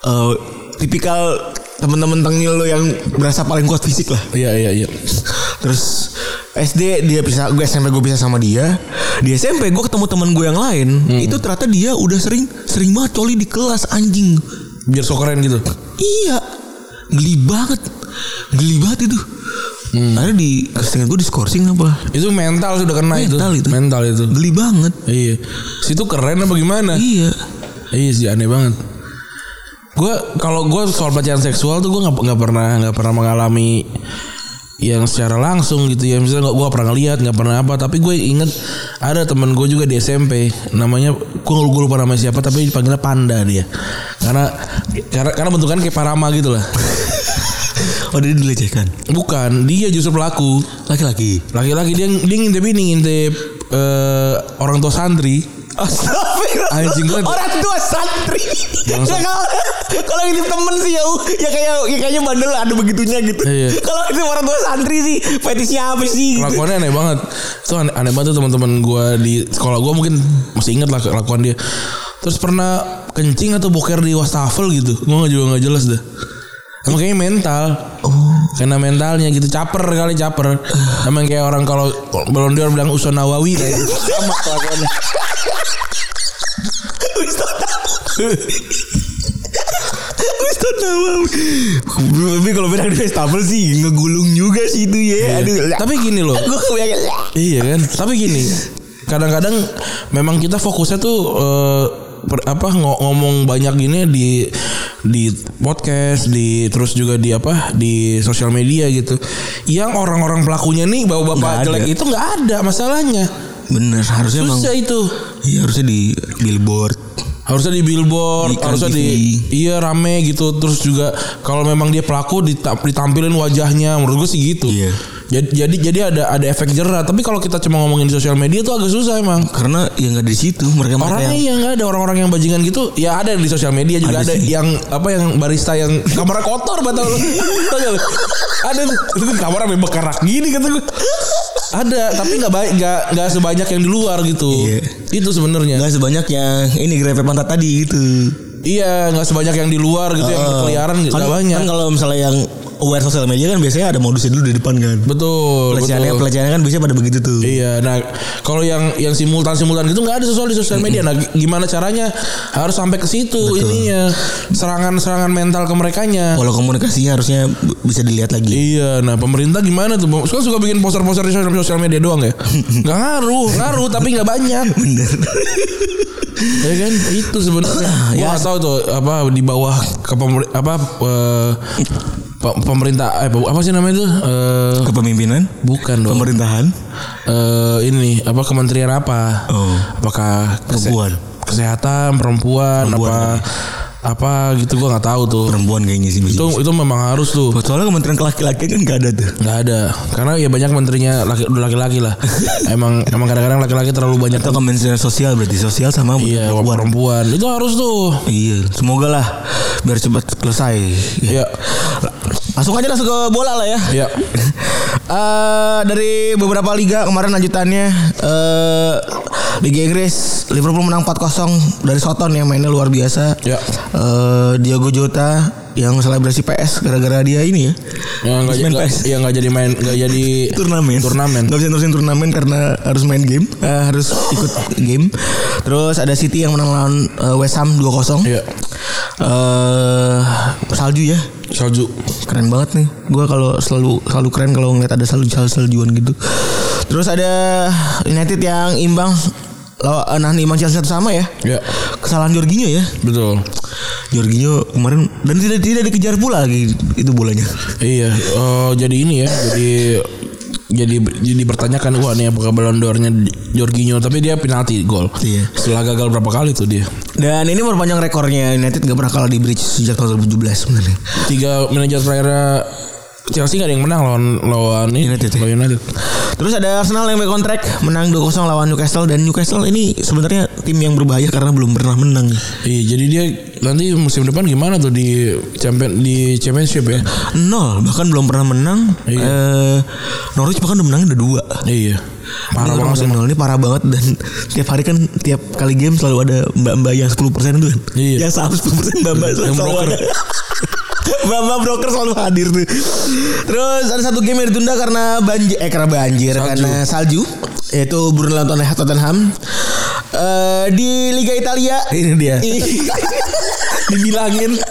Speaker 3: eh, tipikal temen-temen tengil lo yang berasa paling kuat fisik lah.
Speaker 2: Iya iya iya.
Speaker 3: Terus SD dia bisa gue SMP gue bisa sama dia. Di SMP gue ketemu temen gue yang lain. Itu ternyata dia udah sering sering banget coli di kelas anjing.
Speaker 2: Biar so keren gitu.
Speaker 3: Iya. Geli banget. Geli banget itu. Ada di setengah gue diskorsing apa?
Speaker 2: Itu mental sudah kena
Speaker 3: Mental
Speaker 2: itu.
Speaker 3: itu.
Speaker 2: Mental itu.
Speaker 3: Geli banget.
Speaker 2: Iya. Situ keren apa gimana?
Speaker 3: Iya.
Speaker 2: Iya sih aneh banget. Gue kalau gue soal pelecehan seksual tuh gue nggak nggak pernah nggak pernah mengalami yang secara langsung gitu ya misalnya gue pernah ngeliat nggak pernah apa tapi gue inget ada temen gue juga di SMP namanya gue gue lupa nama siapa tapi dipanggilnya panda dia karena karena karena bentukan kayak parama gitu lah
Speaker 3: Oh dia dilecehkan.
Speaker 2: bukan dia justru pelaku
Speaker 3: Laki-laki.
Speaker 2: laki-laki dia dia ngintip ini ngintip eh, orang tua santri
Speaker 3: Astagfirullah.
Speaker 2: Anjing banget.
Speaker 3: Orang tua santri.
Speaker 2: Bangsat.
Speaker 3: Ya kalau kalau ngintip temen sih ya, ya kayak ya kayaknya bandel ada begitunya gitu.
Speaker 2: Iya.
Speaker 3: Kalau ngintip orang tua santri sih fetisnya apa sih? Gitu.
Speaker 2: Kelakuannya aneh banget. Itu aneh, aneh banget tuh teman-teman gua di sekolah gua mungkin masih inget lah kelakuan dia. Terus pernah kencing atau boker di wastafel gitu. Gua nggak- juga nggak jelas dah. Emang kayaknya mental. Karena mentalnya gitu caper kali caper. Emang kayak orang kalau Ballon d'Or bilang Usain Nawawi kayak gitu. sama kelakuannya.
Speaker 3: Ustaz Nawawi. Gitu. Tapi kalau bilang di festival sih ngegulung juga sih itu ya. Aduh.
Speaker 2: Tapi gini loh.
Speaker 3: gue kebayang.
Speaker 2: Iya kan. Tapi gini, kadang-kadang memang kita fokusnya tuh eh, per- apa ngo- ngomong banyak gini di di podcast, di terus juga di apa di sosial media gitu. Yang orang-orang pelakunya nih bapak-bapak
Speaker 3: Nggak ada.
Speaker 2: jelek itu nggak ada masalahnya.
Speaker 3: Bener harusnya emang
Speaker 2: Susah itu.
Speaker 3: Iya harusnya di billboard.
Speaker 2: harusnya di billboard,
Speaker 3: Di
Speaker 2: harusnya
Speaker 3: TV.
Speaker 2: di iya rame gitu. Terus juga kalau memang dia pelaku dita- ditampilin wajahnya, menurut gue sih gitu.
Speaker 3: Iya.
Speaker 2: Jadi jadi, jadi ada ada efek jerah. Tapi kalau kita cuma ngomongin di sosial media tuh agak susah emang.
Speaker 3: Karena ya nggak di situ mereka mereka
Speaker 2: Orangnya
Speaker 3: yang
Speaker 2: ya nggak ada orang-orang yang bajingan gitu. Ya ada di sosial media juga ada,
Speaker 3: Ada sih.
Speaker 2: yang apa yang barista yang kamarnya kotor betul lu. Tau nggak lu? Ada tuh, itu kan kamar sampai bekarak gini kata gue. Ada, tapi nggak baik nggak nggak sebanyak yang di luar gitu.
Speaker 3: Iya.
Speaker 2: Itu sebenarnya.
Speaker 3: nggak sebanyak yang ini grepe pantat tadi gitu.
Speaker 2: Iya, nggak sebanyak yang di luar gitu yang berkeliaran
Speaker 3: Eh, kan,
Speaker 2: nggak banyak.
Speaker 3: Kan kalau misalnya yang aware sosial media kan biasanya ada modusnya dulu di depan kan.
Speaker 2: betul,
Speaker 3: Pelecehannya
Speaker 2: betul.
Speaker 3: pelecehannya kan biasanya pada begitu tuh.
Speaker 2: Iya, nah kalau yang yang simultan simultan gitu nggak ada sesuatu di sosial media. Nah, gi- gimana caranya harus sampai ke situ ininya serangan-serangan mental ke merekanya.
Speaker 3: Kalau komunikasinya harusnya b- bisa dilihat lagi.
Speaker 2: Iya, nah pemerintah gimana tuh? Sekarang suka bikin poster-poster di sosial- sosial media doang ya? Gak ngaruh, ngaruh tapi gak banyak.
Speaker 3: Bener.
Speaker 2: ya kan? Itu sebenarnya. ya. Gua nggak tahu tuh apa di bawah ke pemer- apa eh, pe- pemerintah eh, apa sih namanya tuh? Eh,
Speaker 3: Kepemimpinan,
Speaker 2: bukan dong.
Speaker 3: pemerintahan,
Speaker 2: Eh, ini nih, apa kementerian apa?
Speaker 3: Oh.
Speaker 2: Apakah kese-
Speaker 3: Perempuan.
Speaker 2: kesehatan perempuan,
Speaker 3: Perempuan.
Speaker 2: apa apa gitu gua nggak tahu tuh.
Speaker 3: perempuan kayaknya sih.
Speaker 2: Itu
Speaker 3: biasanya.
Speaker 2: itu memang harus tuh.
Speaker 3: Soalnya kementerian laki-laki kan gak ada tuh.
Speaker 2: nggak ada karena ya banyak menterinya laki udah laki-laki lah emang emang kadang-kadang laki-laki terlalu banyak
Speaker 3: Atau kementerian sosial berarti sosial sama
Speaker 2: iya perempuan.
Speaker 3: perempuan.
Speaker 2: itu harus tuh
Speaker 3: Iya, semoga lah biar cepat selesai.
Speaker 2: ya
Speaker 3: Iya. Langsung aja langsung ke bola lah ya.
Speaker 2: ya
Speaker 3: Eh, dari beberapa liga kemarin lanjutannya eh Liga Inggris Liverpool menang 4-0 dari Soton yang mainnya luar biasa.
Speaker 2: Ya.
Speaker 3: Eh, Diogo Jota yang selebrasi PS gara-gara dia ini ya.
Speaker 2: yang nggak
Speaker 3: Main
Speaker 2: nggak-
Speaker 3: PS.
Speaker 2: Iya. ya nggak jadi main nggak jadi
Speaker 3: turnamen
Speaker 2: turnamen
Speaker 3: nggak bisa terusin turnamen karena harus main game eh, harus ikut game terus ada City yang menang lawan eh, West Ham 2-0
Speaker 2: Iya.
Speaker 3: Eh, salju ya
Speaker 2: salju
Speaker 3: keren banget nih gua kalau selalu selalu keren kalau ngeliat ada salju saljuan gitu terus ada United yang imbang lawan nah imbang Chelsea satu sama ya
Speaker 2: ya
Speaker 3: kesalahan Jorginho ya
Speaker 2: betul
Speaker 3: Jorginho kemarin dan tidak tidak dikejar pula lagi itu bolanya
Speaker 2: iya eh, jadi ini ya jadi jadi jadi bertanyakan wah nih apakah balon dornya Jorginho tapi dia penalti gol
Speaker 3: Iya.
Speaker 2: setelah gagal berapa kali tuh dia
Speaker 3: dan ini memperpanjang rekornya United gak pernah kalah di bridge sejak tahun 2017 sebenarnya
Speaker 2: tiga manajer terakhir Chelsea nggak ada yang menang lawan lawan ini
Speaker 3: United ya?
Speaker 2: lawan United
Speaker 3: Terus ada Arsenal yang berkontrak menang 2-0 lawan Newcastle dan Newcastle ini sebenarnya tim yang berbahaya karena belum pernah menang.
Speaker 2: Iya, jadi dia nanti musim depan gimana tuh di champion di championship ya?
Speaker 3: Nol bahkan belum pernah menang.
Speaker 2: Iya.
Speaker 3: Eh, Norwich bahkan udah menang udah dua.
Speaker 2: Iya. Parah
Speaker 3: Ini
Speaker 2: banget
Speaker 3: orang-orang
Speaker 2: emang.
Speaker 3: nol ini parah banget dan tiap hari kan tiap kali game selalu ada mbak-mbak yang 10% itu kan.
Speaker 2: Iya.
Speaker 3: Yang saham 10% mbak-mbak
Speaker 2: Yang
Speaker 3: selalu
Speaker 2: broker.
Speaker 3: ada. Mbak-mbak broker selalu hadir tuh. Terus ada satu game yang ditunda karena banjir eh karena banjir
Speaker 2: Salju.
Speaker 3: karena salju yaitu Bruno lawan Tottenham- Tottenham. Eh, di Liga Italia
Speaker 2: Ini dia.
Speaker 3: dibilangin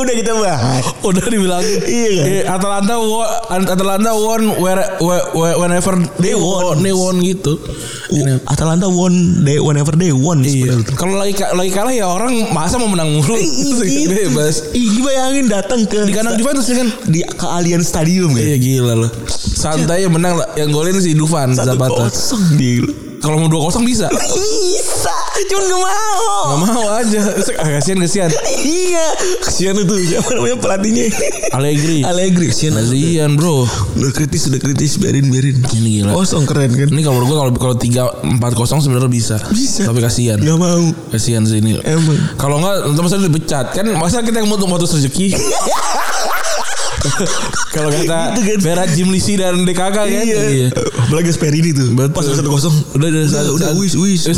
Speaker 3: udah kita bahas.
Speaker 2: Udah dibilangin.
Speaker 3: Iya kan?
Speaker 2: Eh, Atalanta won, Atalanta won where, where- where- whenever they won, they won gitu. Ini.
Speaker 3: Atalanta won day whenever they won.
Speaker 2: Iya.
Speaker 3: sebenarnya.
Speaker 2: Kalau lagi ka- lagi kalah ya orang masa mau menang mulu.
Speaker 3: Gitu.
Speaker 2: Bebas.
Speaker 3: Ih, bayangin datang ke
Speaker 2: Iya, Di kandang Juventus ya kan.
Speaker 3: di ke Allianz Stadium kan.
Speaker 2: Iya gila loh. Santai yang menang lah. Yang golin si Dufan Zapata.
Speaker 3: kosong dia.
Speaker 2: Kalau mau 2-0 bisa.
Speaker 3: Bisa, cuman gak mau.
Speaker 2: Gak mau aja. Eh, Kasihan kasihan.
Speaker 3: Iya, kesian itu siapa namanya pelatihnya?
Speaker 2: Allegri.
Speaker 3: Allegri kesian.
Speaker 2: Kasihan bro. Oh.
Speaker 3: Udah kritis, udah kritis, biarin, biarin.
Speaker 2: Ini gila.
Speaker 3: Kosong keren kan?
Speaker 2: Ini kalau gue kalau kalau tiga empat kosong sebenarnya bisa.
Speaker 3: Bisa.
Speaker 2: Tapi kasihan.
Speaker 3: Gak mau.
Speaker 2: Kasihan sih ini.
Speaker 3: Emang.
Speaker 2: Kalau enggak nanti masa dipecat kan masa kita mau mutus rezeki. kalau kata
Speaker 3: Gitu kan.
Speaker 2: Berat Jim Lisi dan DKK kan.
Speaker 3: Apalagi Sperry itu.
Speaker 2: Betul.
Speaker 3: Pas satu kosong.
Speaker 2: Udah udah
Speaker 3: Iya. Udah, udah, wis, wis.
Speaker 2: Eh,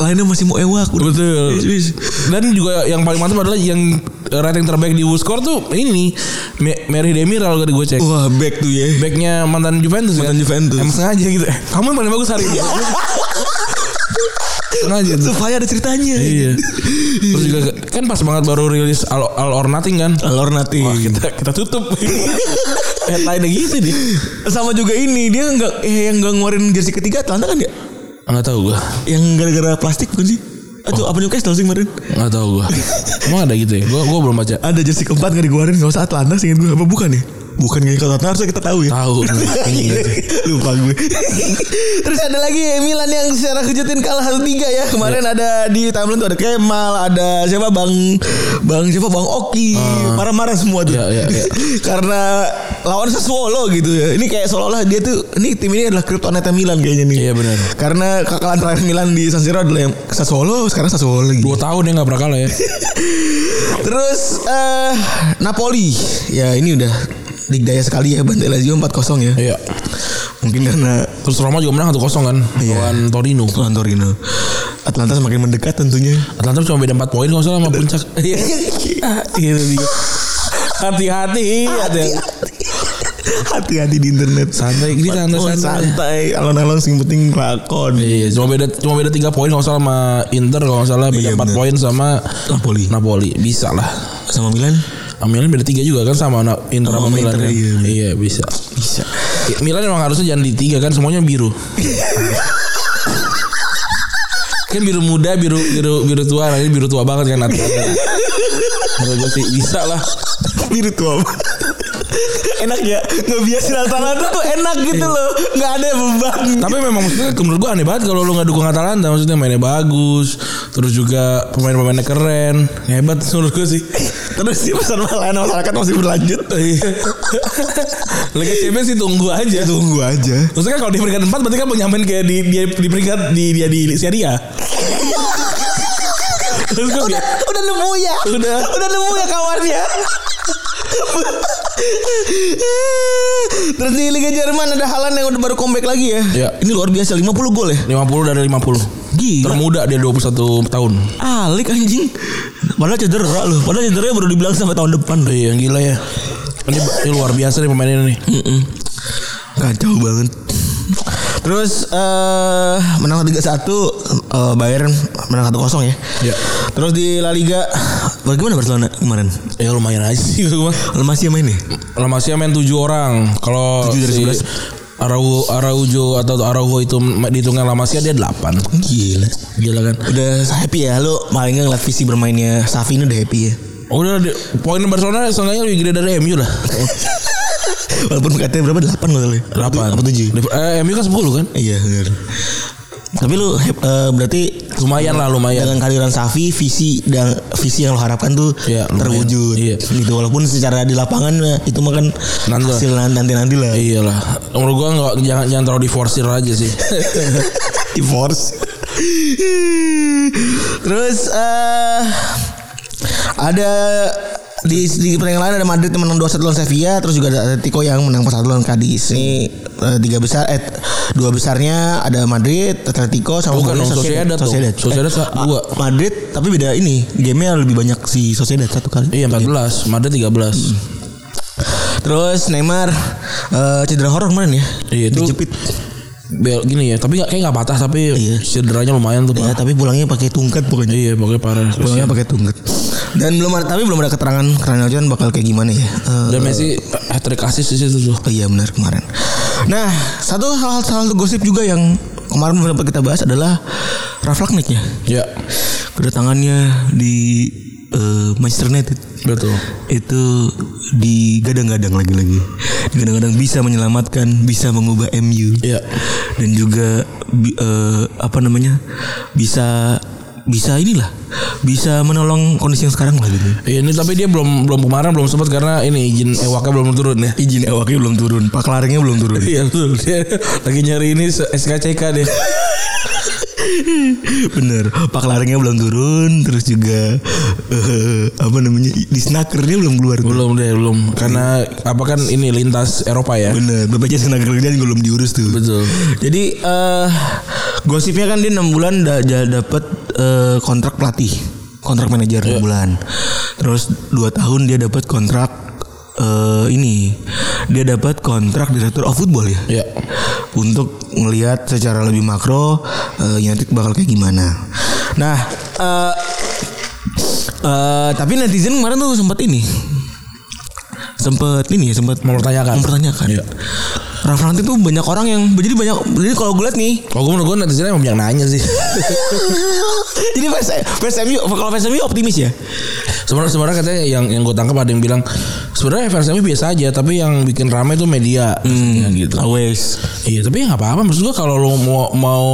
Speaker 3: Lainnya masih mau ewak. Udah.
Speaker 2: Betul.
Speaker 3: Wis, wis.
Speaker 2: Dan juga yang paling mantap adalah yang rating terbaik di WhoScore tuh ini Me- Mary Demiral kalau gue cek.
Speaker 3: Wah, back tuh ya.
Speaker 2: Backnya mantan Juventus ya?
Speaker 3: Mantan Juventus.
Speaker 2: Emang sengaja gitu Eh, Kamu yang paling bagus hari ini Sengaja tuh
Speaker 3: Supaya ada ceritanya.
Speaker 2: Iya Terus juga Kan pas banget baru rilis All, All or Nothing kan
Speaker 3: Lor nanti.
Speaker 2: Wah kita, kita tutup Headline-nya gitu nih
Speaker 3: Sama juga ini dia nggak eh, yang nggak ngeluarin jersey ketiga Atlanta kan ya?
Speaker 2: Nggak tahu gua
Speaker 3: Yang gara-gara plastik bukan sih?
Speaker 2: Oh.
Speaker 3: Atau apa Newcastle sih kemarin?
Speaker 2: Nggak tahu gua Emang ada gitu ya Gua, gua belum baca
Speaker 3: Ada jersey keempat nggak dikeluarin nggak usah Atlanta sih ingat gue apa bukan ya? Bukan gaya kotor harusnya kita tahu ya.
Speaker 2: Tahu.
Speaker 3: Lupa gue. Terus ada lagi Milan yang secara kejutan kalah 1-3 ya. Kemarin ada di timeline tuh ada Kemal, ada siapa Bang Bang siapa Bang Oki. Marah-marah semua tuh.
Speaker 2: Iya, iya, iya.
Speaker 3: Karena lawan Sassuolo gitu ya. Ini kayak seolah-olah dia tuh ini tim ini adalah kryptonite Milan kayaknya nih.
Speaker 2: Iya, benar.
Speaker 3: Karena kekalahan terakhir Milan di San Siro adalah yang Sassuolo, sekarang Sassuolo lagi.
Speaker 2: Dua tahun ya nggak pernah kalah ya.
Speaker 3: Terus eh Napoli. Ya ini udah digdaya sekali ya bantai Lazio 4-0 ya.
Speaker 2: Iya.
Speaker 3: Mungkin karena
Speaker 2: Terus Roma juga menang 1-0 kan
Speaker 3: Iya.
Speaker 2: lawan Torino.
Speaker 3: lawan Torino. Atlanta semakin mendekat tentunya.
Speaker 2: Atlanta cuma beda 4 poin kalau nggak salah sama puncak. Iya. Gitu dia. Hati-hati. hati-hati.
Speaker 3: Hati-hati di internet.
Speaker 2: Santai, ini santai,
Speaker 3: Oh,
Speaker 2: santai.
Speaker 3: santai. Alon-alon sing penting lakon.
Speaker 2: Iya, cuma beda cuma beda 3 poin kalau nggak salah sama Inter kalau nggak salah beda 4
Speaker 3: Iya, benar.
Speaker 2: poin sama
Speaker 3: Napoli.
Speaker 2: Napoli. Bisa lah.
Speaker 3: Sama Milan
Speaker 2: Amilan beda 3 juga kan sama Na- Inter
Speaker 3: Sama
Speaker 2: sama Milan.
Speaker 3: Inter,
Speaker 2: kan?
Speaker 3: iya, benar.
Speaker 2: Iya, bisa.
Speaker 3: bisa.
Speaker 2: Milan emang harusnya jangan di 3 kan semuanya biru. kan biru muda, biru biru biru tua, nah ini biru tua banget kan Atlanta. Menurut gue sih bisa lah.
Speaker 3: Biru tua. enak ya ngebiasin Atalanta tuh enak gitu
Speaker 2: Iya.
Speaker 3: loh nggak ada beban
Speaker 2: Tapi memang maksudnya menurut gue aneh banget kalau lu nggak dukung Atalanta maksudnya mainnya bagus, terus juga pemain-pemainnya keren, hebat menurut gue sih.
Speaker 3: terus ya, sih pesan malahan masyarakat masih berlanjut
Speaker 2: Iya. Liga Champions sih tunggu aja.
Speaker 3: tunggu aja
Speaker 2: Maksudnya kalau di peringkat 4 berarti kan penyampaian kayak di dia di peringkat di dia di Serie A. Terus gue
Speaker 3: udah
Speaker 2: kayak
Speaker 3: udah nemu ya
Speaker 2: Udah.
Speaker 3: udah nemu ya kawannya Terus di Liga Jerman ada Halan yang udah baru comeback lagi ya.
Speaker 2: Iya.
Speaker 3: Ini luar biasa 50 gol ya.
Speaker 2: 50 dari 50.
Speaker 3: Gila.
Speaker 2: Termuda dia 21 tahun.
Speaker 3: Alik anjing. Padahal cedera loh. Padahal cederanya baru dibilang sampai tahun depan.
Speaker 2: Iya gila ya. Ini, ini luar biasa nih pemain ini nih.
Speaker 3: Kacau banget. Terus eh menang 3-1 eh, Bayern menang 1-0 ya.
Speaker 2: Iya.
Speaker 3: Terus di La Liga bagaimana Barcelona kemarin?
Speaker 2: Ya lumayan aja sih gue mah.
Speaker 3: Masih main ya?
Speaker 2: Lamasia main 7 orang. Kalau
Speaker 3: Tujuh dari
Speaker 2: si
Speaker 3: sebelas.
Speaker 2: Araujo, Araujo atau Araujo itu dihitungnya Lamasia dia 8.
Speaker 3: Gila.
Speaker 2: Gila kan.
Speaker 3: Udah happy ya lu paling nggak ngeliat visi bermainnya Safi ini udah happy ya.
Speaker 2: Oh, Udah di- poin Barcelona seenggaknya lebih gede dari MU lah.
Speaker 3: Walaupun katanya berapa 8 nggak salah.
Speaker 2: 8
Speaker 3: apa 7?
Speaker 2: Liver- Eh, MU kan 10 kan?
Speaker 3: Iya benar. Tapi lu hap- eh, berarti
Speaker 2: Lumayan lah lumayan.
Speaker 3: dengan kehadiran Safi visi dan visi yang lo harapkan tuh
Speaker 2: Iya, lumayan.
Speaker 3: terwujud.
Speaker 2: Iya.
Speaker 3: Gitu walaupun secara di lapangan eh, itu mah kan
Speaker 2: Nanti lah.
Speaker 3: hasil nanti nanti lah.
Speaker 2: Iyalah, menurut gua nggak jangan jangan terlalu diforsir aja sih.
Speaker 3: Divorce. Terus eh ada di, di pertandingan lain ada Madrid yang menang 2-1 lawan Sevilla terus juga ada Atletico yang menang 4-1 lawan Cadiz. Ini eh, tiga besar eh dua besarnya ada Madrid, Atletico sama
Speaker 2: Bukan
Speaker 3: Madrid,
Speaker 2: dong, Sociedad tuh.
Speaker 3: Sociedad.
Speaker 2: Sociedad
Speaker 3: Eh,
Speaker 2: sa- dua.
Speaker 3: ah, Madrid tapi beda ini. Game-nya lebih banyak si Sociedad satu kali.
Speaker 2: iya Hmm. 14, Madrid 13.
Speaker 3: Terus Neymar eh, cedera horor kemarin ya?
Speaker 2: Iya itu.
Speaker 3: Dijepit.
Speaker 2: Bel gini ya, tapi nggak kayak nggak patah tapi
Speaker 3: Iya.
Speaker 2: cederanya lumayan tuh.
Speaker 3: Ya,
Speaker 2: Pak.
Speaker 3: tapi pulangnya pakai tungkat pokoknya.
Speaker 2: Iya, pokoknya parah.
Speaker 3: Pulangnya pakai tungket. Dan belum ada, tapi belum ada keterangan Karena Johnson bakal kayak gimana ya. Eh,
Speaker 2: Dan Messi hat trick assist di situ tuh.
Speaker 3: oh iya benar kemarin. Nah, satu hal hal gosip juga yang kemarin belum sempat kita bahas adalah Ralf Ragnik ya.
Speaker 2: Ya,
Speaker 3: Kedatangannya di eh, Manchester United
Speaker 2: betul.
Speaker 3: itu digadang-gadang lagi-lagi. Digadang-gadang bisa menyelamatkan, bisa mengubah MU.
Speaker 2: Iya.
Speaker 3: Dan juga bi- eh, apa namanya? bisa bisa inilah bisa menolong kondisi yang sekarang lah gitu.
Speaker 2: Iya, ini tapi dia belum belum kemarin belum sempat karena ini izin ewaknya belum turun ya.
Speaker 3: izin ewaknya belum turun, pak laringnya belum turun.
Speaker 2: Iya betul. Dia lagi nyari ini se- SKCK deh.
Speaker 3: Bener, pak laringnya belum turun, terus juga eh, apa namanya di snakernya belum keluar. tuh.
Speaker 2: Belum deh, belum. Karena apa kan ini lintas Eropa ya.
Speaker 3: Bener, BPJS ketenagakerjaan juga belum diurus tuh.
Speaker 2: Betul.
Speaker 3: Jadi eh gosipnya kan dia 6 bulan da da- dapat eh, kontrak pelatih, kontrak manajer
Speaker 2: Iya.
Speaker 3: 6 bulan. Terus 2 tahun dia dapat kontrak eh ini. Dia dapat kontrak direktur of football ya.
Speaker 2: Iya.
Speaker 3: Untuk ngelihat secara lebih makro eh, United bakal kayak gimana. Nah, eh eh, tapi netizen kemarin tuh sempat ini sempat ini ya sempat
Speaker 2: Mempertanyakan.
Speaker 3: mempertanyakan
Speaker 2: Iya.
Speaker 3: Ralf Ragnik kan? tuh banyak orang yang jadi banyak jadi kalau gue liat nih
Speaker 2: Kalau gue menurut gue netizen emang banyak nanya sih.
Speaker 3: jadi fans fans MU kalau fans MU optimis ya
Speaker 2: Sebenarnya sebenarnya katanya yang yang gue tangkap ada yang bilang sebenarnya fansnya biasa aja tapi yang bikin rame tuh media pastinya
Speaker 3: Hmm,
Speaker 2: gitu
Speaker 3: ah, Always.
Speaker 2: Iya tapi ya nggak apa-apa maksud gua kalau lo mau mau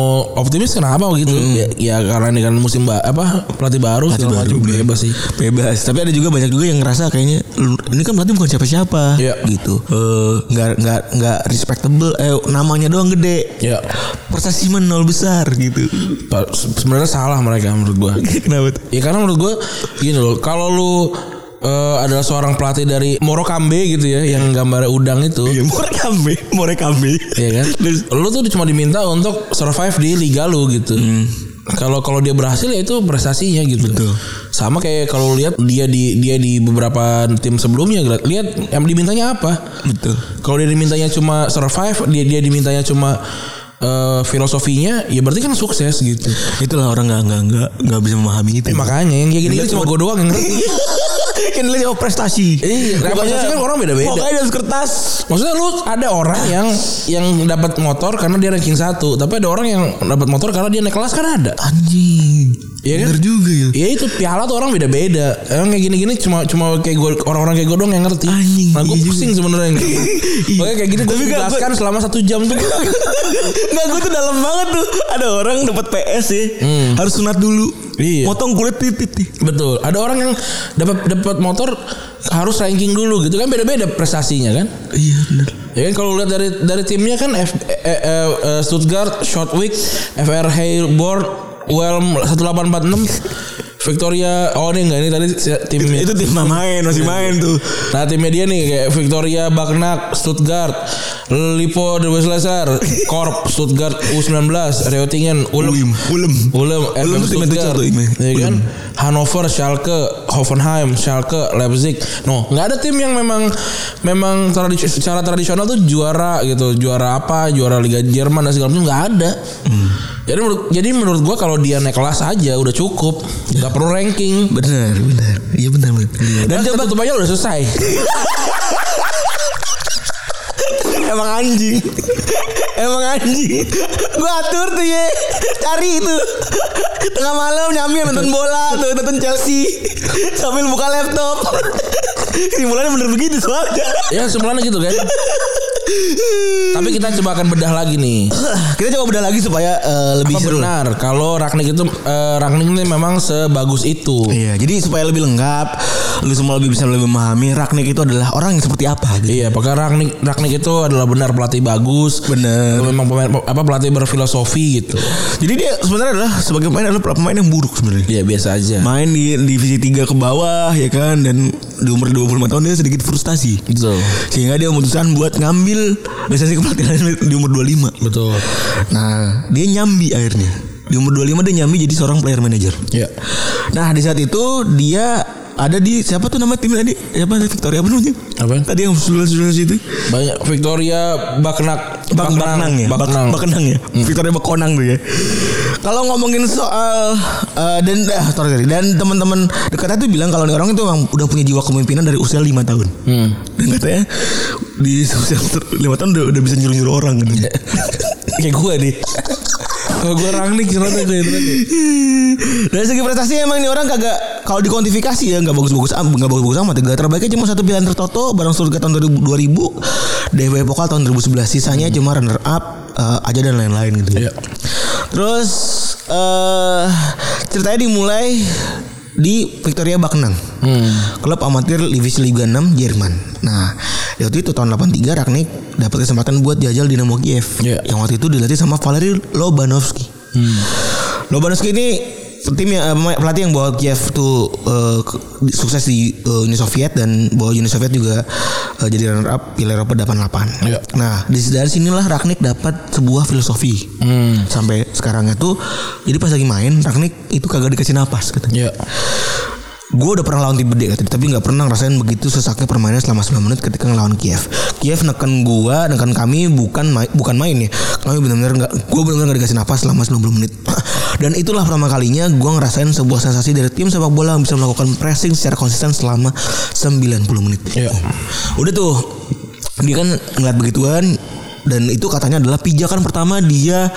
Speaker 2: optimis kenapa gitu ya, ya karena ini kan musim ba- apa pelatih baru segala
Speaker 3: baru,
Speaker 2: macam bebas sih
Speaker 3: bebas tapi ada juga banyak juga yang ngerasa kayaknya "Lu- ini kan berarti bukan siapa-siapa
Speaker 2: Iya.
Speaker 3: gitu Eh, nggak nggak nggak respectable eh namanya doang gede
Speaker 2: ya
Speaker 3: prestasi mah nol besar gitu
Speaker 2: pa- se- sebenarnya salah mereka menurut gua
Speaker 3: kenapa tuh
Speaker 2: ya karena menurut gua gini loh kalau lu eh, adalah seorang pelatih dari Morokambe gitu ya yang gambar udang itu
Speaker 3: ya more kami more kami
Speaker 2: ya kan
Speaker 3: Terus-
Speaker 2: lu tuh cuma diminta untuk survive di liga lu gitu Kalau kalau dia berhasil ya itu prestasinya gitu.
Speaker 3: Hmm. Betul.
Speaker 2: Sama kayak kalau lihat dia di dia di beberapa tim sebelumnya lihat yang dimintanya apa?
Speaker 3: betul
Speaker 2: Kalau dia dimintanya cuma survive, dia dia dimintanya cuma eh, filosofinya, ya berarti kan sukses gitu.
Speaker 3: itulah orang nggak nggak nggak nggak bisa memahami itu
Speaker 2: Iya, Makanya yang kayak gini cuma gue doang yang
Speaker 3: Iya.
Speaker 2: ngerti.
Speaker 3: kan lihat oh prestasi
Speaker 2: Iya, prestasi kan orang beda-beda.
Speaker 3: pokoknya di atas kertas
Speaker 2: Maksudnya lu ada orang yang yang dapat motor karena dia ranking satu, tapi ada orang yang dapat motor karena dia naik kelas kan ada.
Speaker 3: anjing
Speaker 2: Iya kan?
Speaker 3: bener juga ya
Speaker 2: Ya itu piala tuh orang beda-beda. Emang kayak gini-gini cuma cuma kayak gua orang-orang kayak gue doang yang ngerti.
Speaker 3: Anjing,
Speaker 2: Nah gue
Speaker 3: iya juga.
Speaker 2: pusing sebenarnya. Makanya kayak gini gue
Speaker 3: Tapi nggak,
Speaker 2: jelaskan selama satu jam tuh.
Speaker 3: Enggak gue tuh dalam banget tuh Ada orang dapat PS ya Harus sunat dulu
Speaker 2: Iya.
Speaker 3: Motong kulit titit nih
Speaker 2: Betul. Ada orang yang dapat dapat motor harus ranking dulu gitu kan beda-beda prestasinya kan.
Speaker 3: Iya bener
Speaker 2: Ya kan kalau lihat dari dari timnya kan F, eh, eh, eh, Stuttgart, Shortwick, FR Heilbord, Welm 1846, Victoria. Oh ini enggak ini tadi si- timnya.
Speaker 3: Iya, Itu tim mah main Masih main tuh
Speaker 2: Nah timnya dia nih kayak Victoria Baknak Stuttgart Lipo The Weslesar Korp Stuttgart U19 Reutingen Ulm
Speaker 3: Ulem Ulem
Speaker 2: Ulm
Speaker 3: Ulm
Speaker 2: FM
Speaker 3: tuh timnya
Speaker 2: Stuttgart
Speaker 3: tuh, timnya.
Speaker 2: ya kan?
Speaker 3: Ulm.
Speaker 2: Hannover Schalke Hoffenheim Schalke Leipzig no nggak ada tim yang memang memang tradisi- secara tradisional tuh juara gitu juara apa juara Liga Jerman dan segala macam nggak ada
Speaker 3: Hmm.
Speaker 2: jadi menurut jadi menurut gua kalau dia naik kelas aja udah cukup nggak perlu ranking
Speaker 3: Bener Bener Iya bener bener
Speaker 2: dan coba aja udah selesai
Speaker 3: Emang anjing Emang anjing Gue atur tuh ya Cari itu Tengah malam nyambi nonton bola tuh Nonton Chelsea Sambil buka laptop Simulannya bener begitu soalnya
Speaker 2: Ya semuanya gitu kan. Tapi kita coba akan bedah lagi nih.
Speaker 3: Kita coba bedah lagi supaya eh, lebih
Speaker 2: Apa
Speaker 3: seru
Speaker 2: benar kalau Ragnik itu eh, Ragnik ini memang sebagus itu?
Speaker 3: Iya, jadi supaya lebih lengkap, lu semua lebih bisa lebih memahami Ragnik itu adalah orang yang seperti apa gitu.
Speaker 2: Iya, apakah Ragnik Ragnik itu adalah benar pelatih bagus?
Speaker 3: Bener.
Speaker 2: Memang pemain apa pelatih berfilosofi gitu.
Speaker 3: Jadi dia sebenarnya adalah sebagai pemain adalah pemain yang buruk sebenarnya.
Speaker 2: Ya biasa aja.
Speaker 3: Main di divisi 3 ke bawah ya kan dan di umur 25 tahun dia sedikit frustasi.
Speaker 2: Betul.
Speaker 3: Sehingga dia memutuskan buat ngambil lisensi kepelatihan di umur 25.
Speaker 2: Betul. Ah.
Speaker 3: Nah, dia nyambi akhirnya. Di umur 25 dia nyambi jadi seorang player manager.
Speaker 2: Ya.
Speaker 3: Nah, di saat itu dia ada di siapa tuh nama tim tadi? Siapa Victoria apa namanya?
Speaker 2: Apa?
Speaker 3: Tadi yang sudah-sudah situ.
Speaker 2: Banyak Victoria Baknak
Speaker 3: Bak Baknang ya, Bak-
Speaker 2: Baknang.
Speaker 3: Baknang ya, Victoria Bakonang tuh ya. Kalau ngomongin soal eh, dan eh, sorry, sorry. dan teman-teman dekatnya tuh bilang kalau ini orang itu emang udah punya jiwa kepemimpinan dari usia 5 tahun.
Speaker 2: Hmm.
Speaker 3: Dan katanya di usia 5 tahun udah, udah bisa nyuruh-nyuruh orang gitu. Kayak gue nih.
Speaker 2: Kalau gue Ragnik ternyata gue itu tadi.
Speaker 3: Dari segi prestasi emang ini orang kagak kalau dikuantifikasi ya nggak bagus-bagus am- nggak bagus-bagus amat. Tiga terbaiknya cuma satu pilihan tertoto bareng surga tahun 2000, 2000 DW Pokal tahun 2011 sisanya cuma runner up eh, aja dan lain-lain gitu.
Speaker 2: Iya.
Speaker 3: Terus eh ceritanya dimulai di Victoria Baknang.
Speaker 2: Hmm.
Speaker 3: Klub amatir divisi Liga 6 Jerman. Nah, di waktu itu tahun 83 Ragnik dapat kesempatan buat jajal Dinamo Kiev.
Speaker 2: Iya.
Speaker 3: Yang waktu itu dilatih sama Valery Lobanovsky. Lobanovsky ini tim yang eh, pemain- pelatih yang bawa Kiev tuh eh, ke- di- sukses di eh, Uni Soviet dan bawa Uni Soviet juga eh, jadi runner up Piala Eropa 88.
Speaker 2: Iya.
Speaker 3: Nah, di dari sinilah Ragnik dapat sebuah filosofi. Sampai sekarang itu jadi pas lagi main Ragnik itu kagak dikasih napas
Speaker 2: Ya.
Speaker 3: katanya. Gue udah pernah lawan tim gede katanya, tapi nggak pernah ngerasain begitu sesaknya permainan selama 9 menit ketika ngelawan Kiev. Kiev neken gua, neken kami bukan mai- bukan main ya. Kami benar-benar nggak, gue benar-benar nggak dikasih napas selama 90 menit. Dan itulah pertama kalinya gue ngerasain sebuah sensasi dari tim sepak bola yang bisa melakukan pressing secara konsisten selama 90 menit.
Speaker 2: Iya.
Speaker 3: Udah tuh dia kan ngeliat begituan dan itu katanya adalah pijakan pertama dia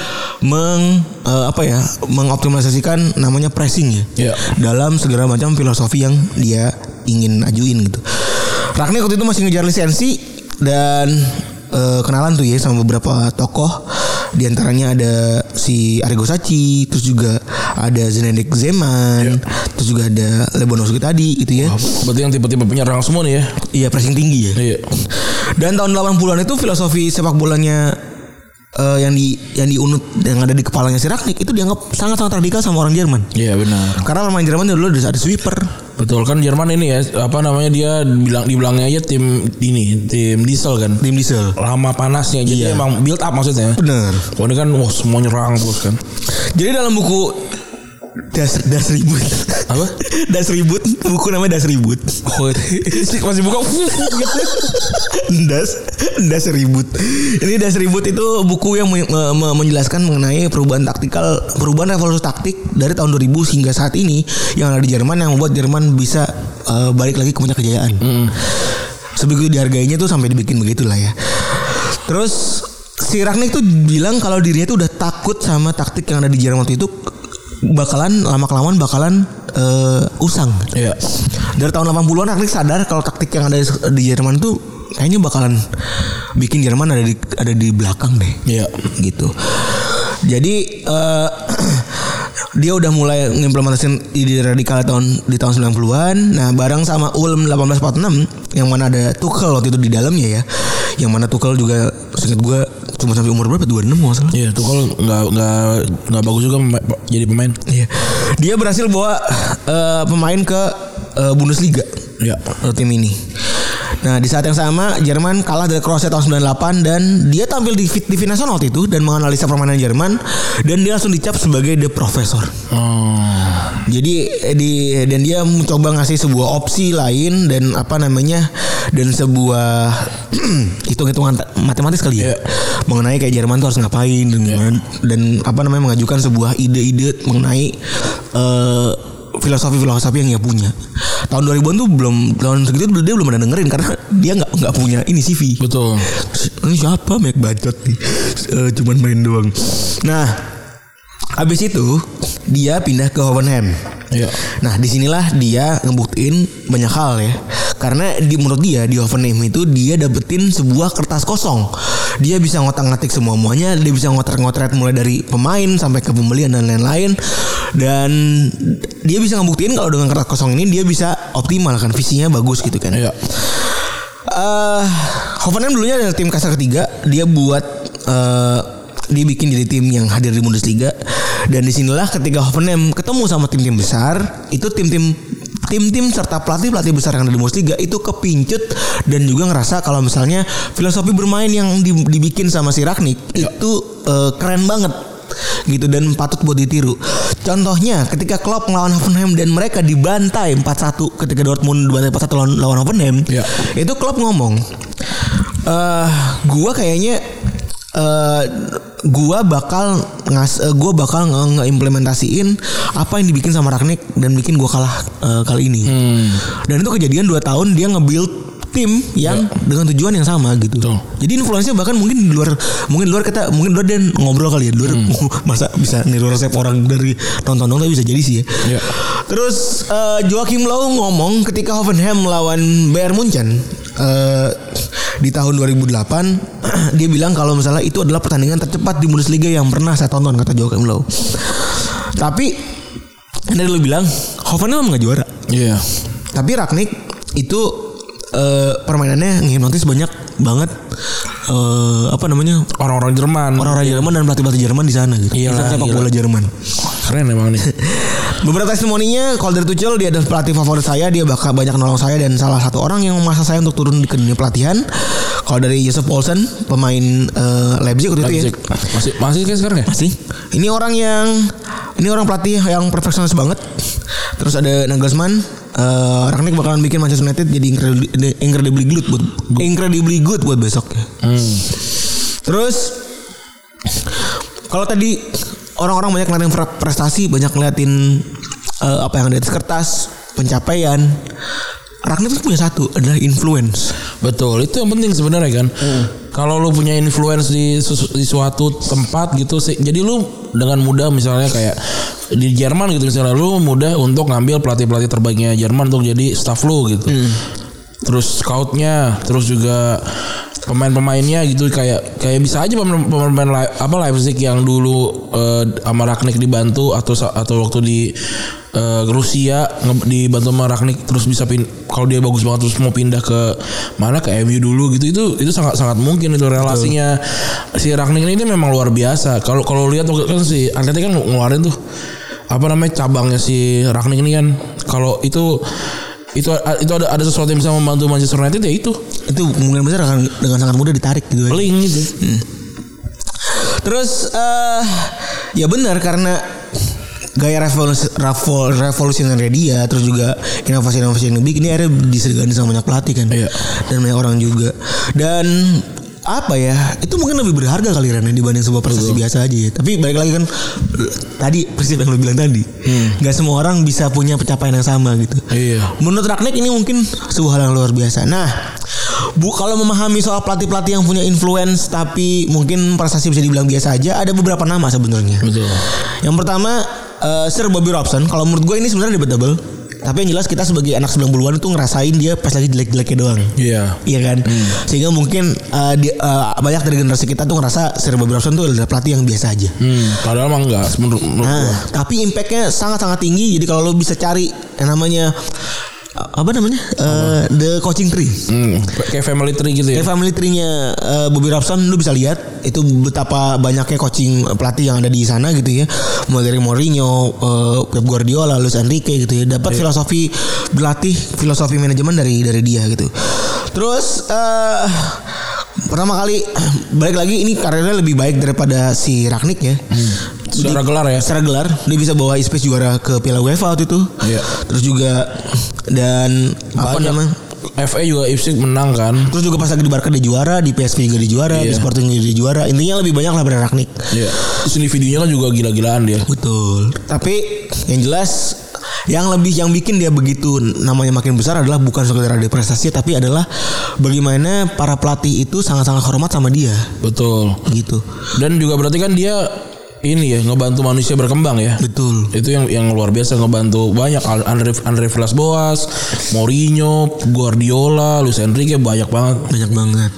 Speaker 3: meng eh, apa ya mengoptimalisasikan namanya pressing ya
Speaker 2: Iya.
Speaker 3: dalam segala macam filosofi yang dia ingin ajuin gitu. Rakni waktu itu masih ngejar lisensi dan eh, kenalan tuh ya sama beberapa tokoh di antaranya ada si Argo Sacchi, terus juga ada Zenedek Zeman,
Speaker 2: Iya.
Speaker 3: terus juga ada Lebonovski tadi gitu ya.
Speaker 2: Berarti yang tipe-tipe penyerang semua nih ya.
Speaker 3: Iya pressing tinggi ya.
Speaker 2: Iya.
Speaker 3: Dan tahun 80-an itu filosofi sepak bolanya eh, yang di yang diunut yang ada di kepalanya si Rangnick itu dianggap sangat-sangat radikal sama orang Jerman.
Speaker 2: Iya benar.
Speaker 3: Karena pemain Jerman dulu ada ada sweeper.
Speaker 2: Betul kan Jerman ini ya apa namanya dia bilang dibilangnya aja tim ini tim diesel kan.
Speaker 3: Tim diesel.
Speaker 2: Lama panasnya jadi emang build up maksudnya.
Speaker 3: Bener.
Speaker 2: Kalau ini kan wah semua nyerang terus kan.
Speaker 3: Jadi dalam buku Das Das Ribut.
Speaker 2: Apa?
Speaker 3: Das Ribut, buku namanya Das Ribut.
Speaker 2: masih buka.
Speaker 3: Das Das Ribut. Ini Das Ribut itu buku yang men- me- me- menjelaskan mengenai perubahan taktikal, perubahan revolusi taktik dari tahun 2000 hingga saat ini yang ada di Jerman yang membuat Jerman bisa eh, balik lagi ke puncak kejayaan. Sebegitu dihargainya tuh sampai dibikin begitulah ya. Terus si Rangnick tuh bilang kalau dirinya tuh udah takut sama taktik yang ada di Jerman waktu itu bakalan lama kelamaan bakalan eh, usang.
Speaker 2: Iya.
Speaker 3: Dari tahun 80-an Rangnick sadar kalau taktik yang ada di Jerman tuh kayaknya bakalan bikin Jerman ada di ada di belakang deh.
Speaker 2: Iya.
Speaker 3: Gitu. Jadi eh, dia udah mulai ngimplementasikan ide radikal tahun di tahun 90-an. Nah, bareng sama Ulm 1846 yang mana ada Tuchel waktu itu di dalamnya ya. Yang mana Tuchel juga seingat gue cuma sampai umur berapa? 26 nggak salah.
Speaker 2: Iya tuh kalau nggak nggak nggak bagus juga mema- jadi pemain.
Speaker 3: Iya. Dia berhasil bawa eh, pemain ke eh, Bundesliga.
Speaker 2: Iya.
Speaker 3: eh, tim ini. Nah di saat yang sama Jerman kalah dari Kroasia tahun 98 dan dia tampil di fit- TV nasional waktu itu dan menganalisa permainan Jerman dan dia langsung dicap sebagai the professor.
Speaker 2: Oh.
Speaker 3: Jadi eh, di dan dia mencoba ngasih sebuah opsi lain dan apa namanya dan sebuah hitung-hitungan ta- matematis kali ya
Speaker 2: Iya.
Speaker 3: mengenai kayak Jerman tuh harus ngapain dan gimana- dan apa namanya mengajukan sebuah ide-ide mengenai eh, filosofi-filosofi yang dia punya. Tahun 2000-an tuh belum tahun segitu tuh dia belum ada dengerin karena dia nggak nggak punya ini CV.
Speaker 2: Betul.
Speaker 3: Ini siapa Mac bacot nih Eh, Cuman main doang Nah Abis itu Dia pindah ke Hoffenheim
Speaker 2: Iya.
Speaker 3: Nah disinilah dia ngebuktiin banyak hal ya Karena di, menurut dia di Hoffenheim itu Dia dapetin sebuah kertas kosong Dia bisa ngotak-ngatik semua-muanya Dia bisa ngotret-ngotret mulai dari pemain Sampai ke pembelian dan lain-lain Dan dia bisa ngebuktiin kalau dengan kertas kosong ini Dia bisa optimal kan Visinya bagus gitu kan
Speaker 2: Iya.
Speaker 3: eh Hoffenheim dulunya adalah tim kasar ketiga. Dia buat eh dia bikin jadi tim yang hadir di Bundesliga dan disinilah ketika Hoffenheim ketemu sama tim-tim besar itu tim-tim tim-tim serta pelatih-pelatih besar yang ada di Bundesliga itu kepincut dan juga ngerasa kalau misalnya filosofi bermain yang di- dibikin sama si Ragnik itu eh, keren banget gitu dan patut buat ditiru. Contohnya ketika Klopp melawan Hoffenheim dan mereka dibantai 4-1 ketika Dortmund dibantai 4-1 lawan, lawan Hoffenheim.
Speaker 2: Iya.
Speaker 3: Itu Klopp ngomong, eh gua kayaknya eh gua bakal ngas eh, gua bakal nge- ngeimplementasiin apa yang dibikin sama Ragnik dan bikin gua kalah eh, kali ini. Dan itu kejadian 2 tahun dia nge-build tim yang dengan tujuan yang sama gitu.
Speaker 2: Betul.
Speaker 3: Jadi influensinya bahkan mungkin di luar mungkin di luar kita mungkin di luar dan ngobrol kali ya di luar masa bisa niru resep orang dari nonton nonton bisa jadi sih ya.
Speaker 2: Iya.
Speaker 3: Terus eh, Joachim Low ngomong ketika Hoffenheim melawan Bayern Munchen eh, di tahun 2008 dia bilang kalau misalnya itu adalah pertandingan tercepat di Bundesliga yang pernah saya tonton kata Joachim Low. Tapi dia dulu bilang Hoffenheim nggak juara.
Speaker 2: Iya.
Speaker 3: Tapi Ragnik itu eh, permainannya ngehipnotis banyak banget eh, apa namanya
Speaker 2: Orang-orang Jerman.
Speaker 3: orang-orang Jerman dan pelatih-pelatih Jerman di sana gitu.
Speaker 2: Iyalah,
Speaker 3: Insan sepak
Speaker 2: iyalah.
Speaker 3: bola Jerman.
Speaker 2: keren emang nih.
Speaker 3: Beberapa testimoninya kalau dari Tuchel dia adalah pelatih favorit saya, dia bakal banyak nolong saya dan salah satu orang yang memaksa saya untuk turun di ke dunia pelatihan. Kalau dari Joseph Paulsen, pemain eh, Leipzig waktu itu ya.
Speaker 2: Leipzig. Masih masih kayak sekarang ya?
Speaker 3: Masih. Ini orang yang ini orang pelatih yang perfeksionis banget. Terus ada Nagelsmann, eh Rangnick bakalan bikin Manchester United jadi incredibly, incredibly good buat incredibly good buat besok. Terus kalau tadi orang-orang banyak ngeliatin pre- prestasi, banyak ngeliatin eh, apa yang ada di atas kertas, pencapaian. Rangnick tuh punya satu adalah influence.
Speaker 2: Betul, itu yang penting sebenarnya kan. Kalau lu punya influence di, sesu- di suatu tempat gitu sih. Jadi lu dengan mudah misalnya kayak di Jerman gitu misalnya lu mudah untuk ngambil pelatih-pelatih terbaiknya Jerman untuk jadi staff lu gitu. terus scoutnya terus juga pemain-pemainnya gitu kayak kayak bisa aja pemain- pemain-pemain Lei- apa Leipzig yang dulu eh, sama Ragnik dibantu atau sa- atau waktu di eh, Rusia nge- dibantu sama Ragnik terus bisa pin kalau dia bagus banget terus mau pindah ke mana ke MU dulu gitu itu itu sangat sangat mungkin itu relasinya si Ragnik ini memang luar biasa kalau kalau lihat waktu kan si Arteta kan ngeluarin tuh apa namanya cabangnya si Ragnik ini kan kalau itu itu itu ada ada sesuatu yang bisa membantu Manchester United ya itu
Speaker 3: itu kemungkinan besar akan dengan sangat mudah ditarik gitu aja.
Speaker 2: link gitu
Speaker 3: Terus eh ya benar karena gaya revolusi, revol- revolusioner dia terus juga inovasi-inovasi yang lebih ini akhirnya disegani sama banyak pelatih kan
Speaker 2: Iya.
Speaker 3: dan banyak orang juga dan apa ya itu mungkin lebih berharga kali Ren ya, dibanding sebuah prestasi biasa aja ya. tapi balik lagi kan tadi persis yang lu bilang tadi nggak semua orang bisa punya pencapaian yang sama gitu
Speaker 2: Hmm. Iya.
Speaker 3: menurut Ragnik ini mungkin sebuah hal yang luar biasa. Nah, Bu kalau memahami soal pelatih-pelatih yang punya influence tapi mungkin prestasi bisa dibilang biasa aja, ada beberapa nama sebenarnya.
Speaker 2: betul
Speaker 3: Yang pertama eh, Sir Bobby Robson, kalau menurut gue ini sebenarnya debatable. Tapi yang jelas kita sebagai anak 90-an itu ngerasain dia pas lagi jelek-jeleknya doang.
Speaker 2: iya
Speaker 3: Iya kan, sehingga mungkin eh, di- eh, banyak dari generasi kita tuh ngerasa Sir Bobby Robson tuh adalah pelatih yang biasa aja.
Speaker 2: hmm, padahal mah enggak menurut, menurut gua.
Speaker 3: Nah, tapi impactnya sangat-sangat tinggi. Jadi kalau lo bisa cari yang namanya a- apa namanya Eh, the coaching tree,
Speaker 2: Hmm, kayak family tree gitu ya
Speaker 3: Kayak family tree-nya eh, Bobby Robson, lo bisa lihat itu betapa banyaknya coaching pelatih yang ada di sana gitu ya. Mulai dari Mourinho, eh, Pep Guardiola, Luis Enrique gitu ya. Dapat filosofi berlatih, filosofi manajemen dari dari dia gitu. Terus eh pertama kali balik lagi ini karirnya lebih baik daripada si Ragnik ya.
Speaker 2: Secara gelar ya
Speaker 3: Secara gelar dia bisa bawa Ispes juara ke Piala UEFA waktu itu.
Speaker 2: Iya.
Speaker 3: Terus juga dan apa
Speaker 2: Banyak.
Speaker 3: namanya?
Speaker 2: FA juga Ipswich menang kan
Speaker 3: Terus juga pas lagi di Barca dia juara, di PSV juga dia juara, di
Speaker 2: Iya.
Speaker 3: Sporting juga dia juara. Intinya lebih banyak lah benar Ragnik.
Speaker 2: iya terus individunya kan juga gila-gilaan dia
Speaker 3: Betul. Tapi yang jelas yang lebih yang bikin dia begitu namanya makin besar adalah bukan sekedar ada prestasi tapi adalah bagaimana para pelatih itu sangat-sangat hormat sama dia
Speaker 2: betul
Speaker 3: gitu.
Speaker 2: dan juga berarti kan dia ini ya ngebantu manusia berkembang ya
Speaker 3: Betul.
Speaker 2: itu yang yang luar biasa ngebantu banyak Al- Andre Andre Villas Boas, Mourinho, Guardiola, Luis Enrique banyak banget.
Speaker 3: Banyak banget.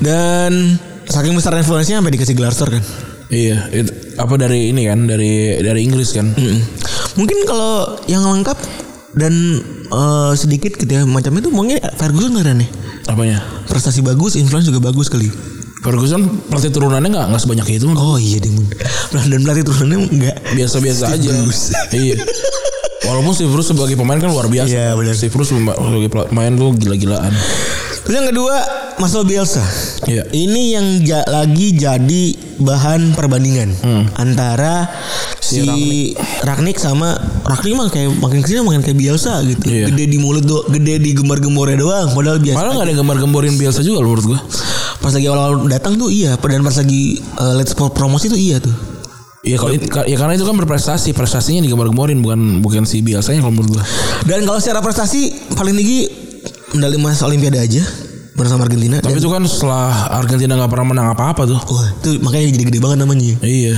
Speaker 3: Dan saking besar influence-nya sampai dikasih gelar Sir kan.
Speaker 2: Iya, it- apa dari ini kan dari dari Inggris kan.
Speaker 3: Mungkin kalau yang lengkap dan eh, sedikit gitu ya macamnya tuh mungkin Ferguson nggak ada nih.
Speaker 2: Apanya?
Speaker 3: Prestasi bagus, influence juga bagus kali.
Speaker 2: Hmm. Ferguson pelatih turunannya nggak nggak sebanyak itu.
Speaker 3: Oh iya deh. Bun. Nah, Dan pelatih turunannya enggak.
Speaker 2: Biasa-biasa aja. iya. Walaupun Steve Bruce sebagai pemain kan luar biasa.
Speaker 3: Iya, benar.
Speaker 2: Steve Bruce mema- sebagai pemain tuh gila-gilaan.
Speaker 3: Terus yang kedua Marcel Bielsa.
Speaker 2: Iya.
Speaker 3: Ini yang ja- lagi jadi bahan perbandingan
Speaker 2: Hmm.
Speaker 3: antara si, Ragnik. sama Ragnik mah kayak makin kesini makin kayak Bielsa gitu.
Speaker 2: Iya.
Speaker 3: Gede di mulut do, gede di gembar-gembornya doang. Padahal biasa.
Speaker 2: Malah nggak ada yang gembar-gemborin biasa juga loh menurut gua.
Speaker 3: Pas lagi awal-awal datang tuh iya, dan pas lagi eh, let's pro- promosi tuh iya tuh.
Speaker 2: Iya kalau ya karena itu kan berprestasi, prestasinya digembar-gemborin bukan bukan si biasanya kalau menurut gua.
Speaker 3: Dan kalau secara prestasi paling tinggi medali emas Olimpiade aja bersama Argentina.
Speaker 2: Tapi
Speaker 3: Dan-
Speaker 2: itu kan setelah Argentina nggak pernah menang apa-apa tuh.
Speaker 3: Wah, itu makanya gede-gede banget namanya.
Speaker 2: Iya.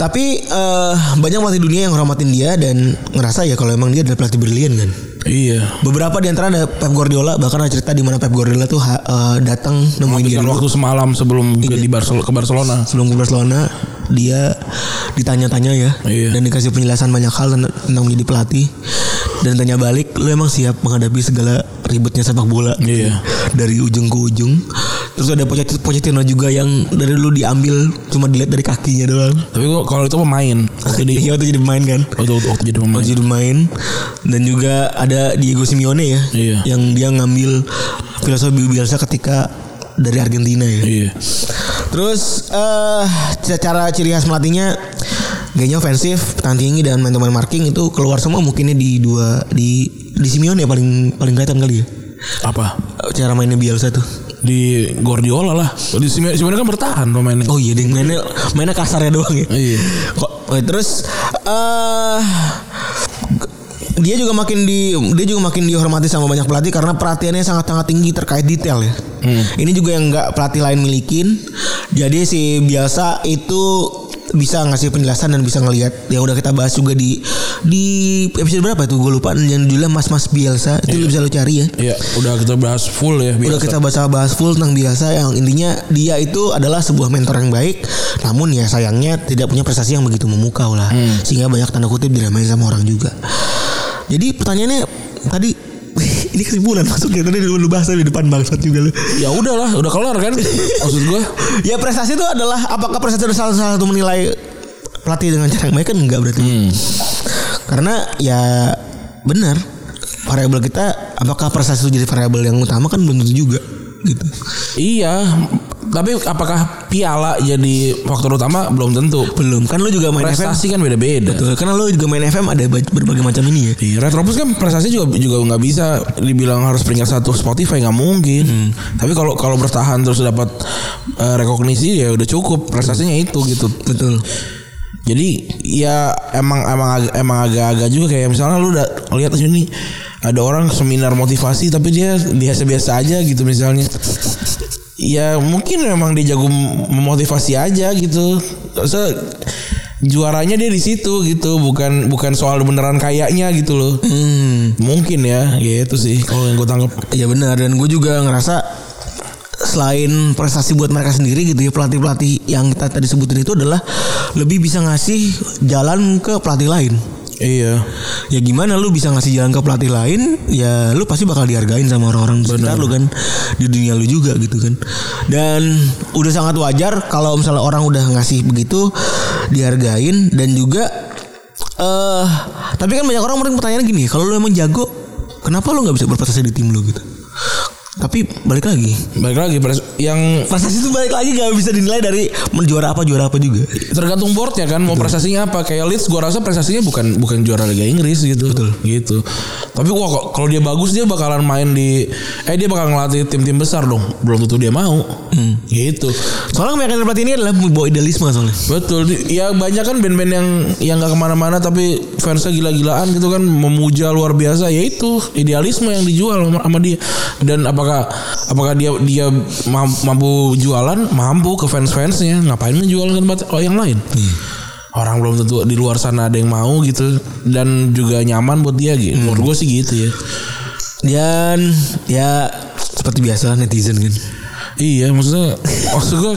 Speaker 3: Tapi eh, banyak pelatih dunia yang hormatin dia dan ngerasa ya kalau emang dia adalah pelatih brilian kan.
Speaker 2: Iya.
Speaker 3: Beberapa di antara ada Pep Guardiola bahkan ada cerita di mana Pep Guardiola tuh ha- eh, datang nemuin dia
Speaker 2: Dengan
Speaker 3: dulu
Speaker 2: waktu semalam sebelum ke, di Barcel- ke Barcelona.
Speaker 3: sebelum ke Barcelona dia ditanya-tanya ya
Speaker 2: Iya.
Speaker 3: dan dikasih penjelasan banyak hal tentang, tentang menjadi pelatih dan tanya balik lu emang siap menghadapi segala ribetnya sepak bola Gitu
Speaker 2: Iya.
Speaker 3: ya. dari ujung ke ujung terus ada Pochettino, Pochettino juga yang dari dulu diambil cuma dilihat dari kakinya doang
Speaker 2: Tapi gua kalau itu pemain, waktu di
Speaker 3: iya waktu jadi pemain kan
Speaker 2: waktu, waktu jadi pemain.
Speaker 3: Masih main dan juga ada Diego Simeone ya
Speaker 2: Iya.
Speaker 3: yang dia ngambil filosofi Bielsa ketika dari Argentina ya.
Speaker 2: Iya.
Speaker 3: Terus eh cara ciri khas melatihnya gayanya ofensif, tahan tinggi dan main to man marking itu keluar semua mungkinnya di dua di di Simeone ya paling paling kelihatan kali ya.
Speaker 2: Apa?
Speaker 3: Eh, Cara mainnya Bielsa tuh.
Speaker 2: Di Guardiola lah. Di Simeone Simeone kan bertahan pemainnya.
Speaker 3: Oh iya, dia mainnya mainnya kasarnya doang ya.
Speaker 2: Iya.
Speaker 3: Kok eh, terus eh dia juga makin di dia juga makin dihormati sama banyak pelatih karena perhatiannya sangat-sangat tinggi terkait detail ya. Ini juga yang nggak pelatih lain milikin. Jadi si biasa itu bisa ngasih penjelasan dan bisa ngelihat yang udah kita bahas juga di di episode berapa tuh gue lupa yang judulnya Mas Mas Bielsa itu lu bisa lo cari ya
Speaker 2: Iya, udah kita bahas full ya. biasa.
Speaker 3: udah kita bahas bahas full tentang biasa yang intinya dia itu adalah sebuah mentor yang baik namun ya sayangnya tidak punya prestasi yang begitu memukau lah sehingga banyak tanda kutip diramain sama orang juga jadi pertanyaannya tadi ini kesimpulan maksudnya tadi lu, lu bahas di depan bangsat juga lu
Speaker 2: Ya udahlah, udah kelar kan? Maksud gua
Speaker 3: ya prestasi itu adalah apakah prestasi itu salah salah satu menilai pelatih dengan cara yang baik kan enggak berarti karena ya benar variabel kita apakah prestasi itu jadi variabel yang utama kan belum tentu juga gitu
Speaker 2: Iya, tapi apakah piala jadi faktor utama belum tentu.
Speaker 3: belum kan lu juga main FM
Speaker 2: Prestasi kan beda-beda.
Speaker 3: Betul, karena lu juga main FM ada ba- berbagai macam ini ya
Speaker 2: Iya, Retropus kan prestasi juga juga nggak bisa dibilang harus peringkat satu Spotify nggak mungkin.
Speaker 3: Hmm.
Speaker 2: Tapi kalau kalau bertahan terus dapat eh, rekognisi ya udah cukup prestasinya itu gitu.
Speaker 3: betul
Speaker 2: Jadi ya emang emang ag- emang agak-agak juga kayak misalnya lu udah lihat sini ada orang seminar motivasi tapi dia biasa-biasa aja gitu misalnya. Ya mungkin memang dia jago mem- memotivasi aja gitu. So, juaranya dia di situ gitu, bukan bukan soal beneran kayaknya gitu loh.
Speaker 3: Hmm.
Speaker 2: Mungkin ya, gitu sih kalau yang gue tangkap.
Speaker 3: ya benar dan gue juga ngerasa selain prestasi buat mereka sendiri gitu ya pelatih-pelatih yang kita tadi sebutin itu adalah lebih bisa ngasih jalan ke pelatih lain
Speaker 2: Iya.
Speaker 3: ya gimana lu bisa ngasih jalan ke pelatih lain ya lu pasti bakal dihargain sama orang-orang di sekitar lu kan di dunia lu juga gitu kan dan udah sangat wajar kalau misalnya orang udah ngasih begitu dihargain dan juga eh tapi kan banyak orang mungkin pertanyaan gini kalau lu emang jago kenapa lu nggak bisa berprestasi di tim lu gitu tapi balik lagi
Speaker 2: Balik lagi pres- yang
Speaker 3: prestasi itu balik lagi gak bisa dinilai dari menjuara apa juara apa juga
Speaker 2: tergantung boardnya kan mau prestasinya apa kayak Leeds gua rasa prestasinya bukan bukan juara Liga Inggris gitu gitu tapi wah kok- kalau dia bagus dia bakalan main di eh dia bakal ngelatih tim-tim besar dong belum tentu dia mau gitu
Speaker 3: soalnya kebanyakan pelatih ini adalah bawa idealisme soalnya
Speaker 2: betul Di- ya banyak kan band-band yang yang nggak kemana-mana tapi fansnya gila-gilaan gitu kan memuja luar biasa ya itu idealisme yang dijual sama, sama dia dan apakah apakah dia dia mam- mampu jualan mampu ke fans-fansnya ngapain menjual ke tempat yang lain
Speaker 3: Hmm.
Speaker 2: orang belum tentu di luar sana ada yang mau gitu dan juga nyaman buat dia gitu. Menurut gue sih gitu ya.
Speaker 3: Dan ya seperti biasa netizen kan.
Speaker 2: Iya maksudnya maksud gue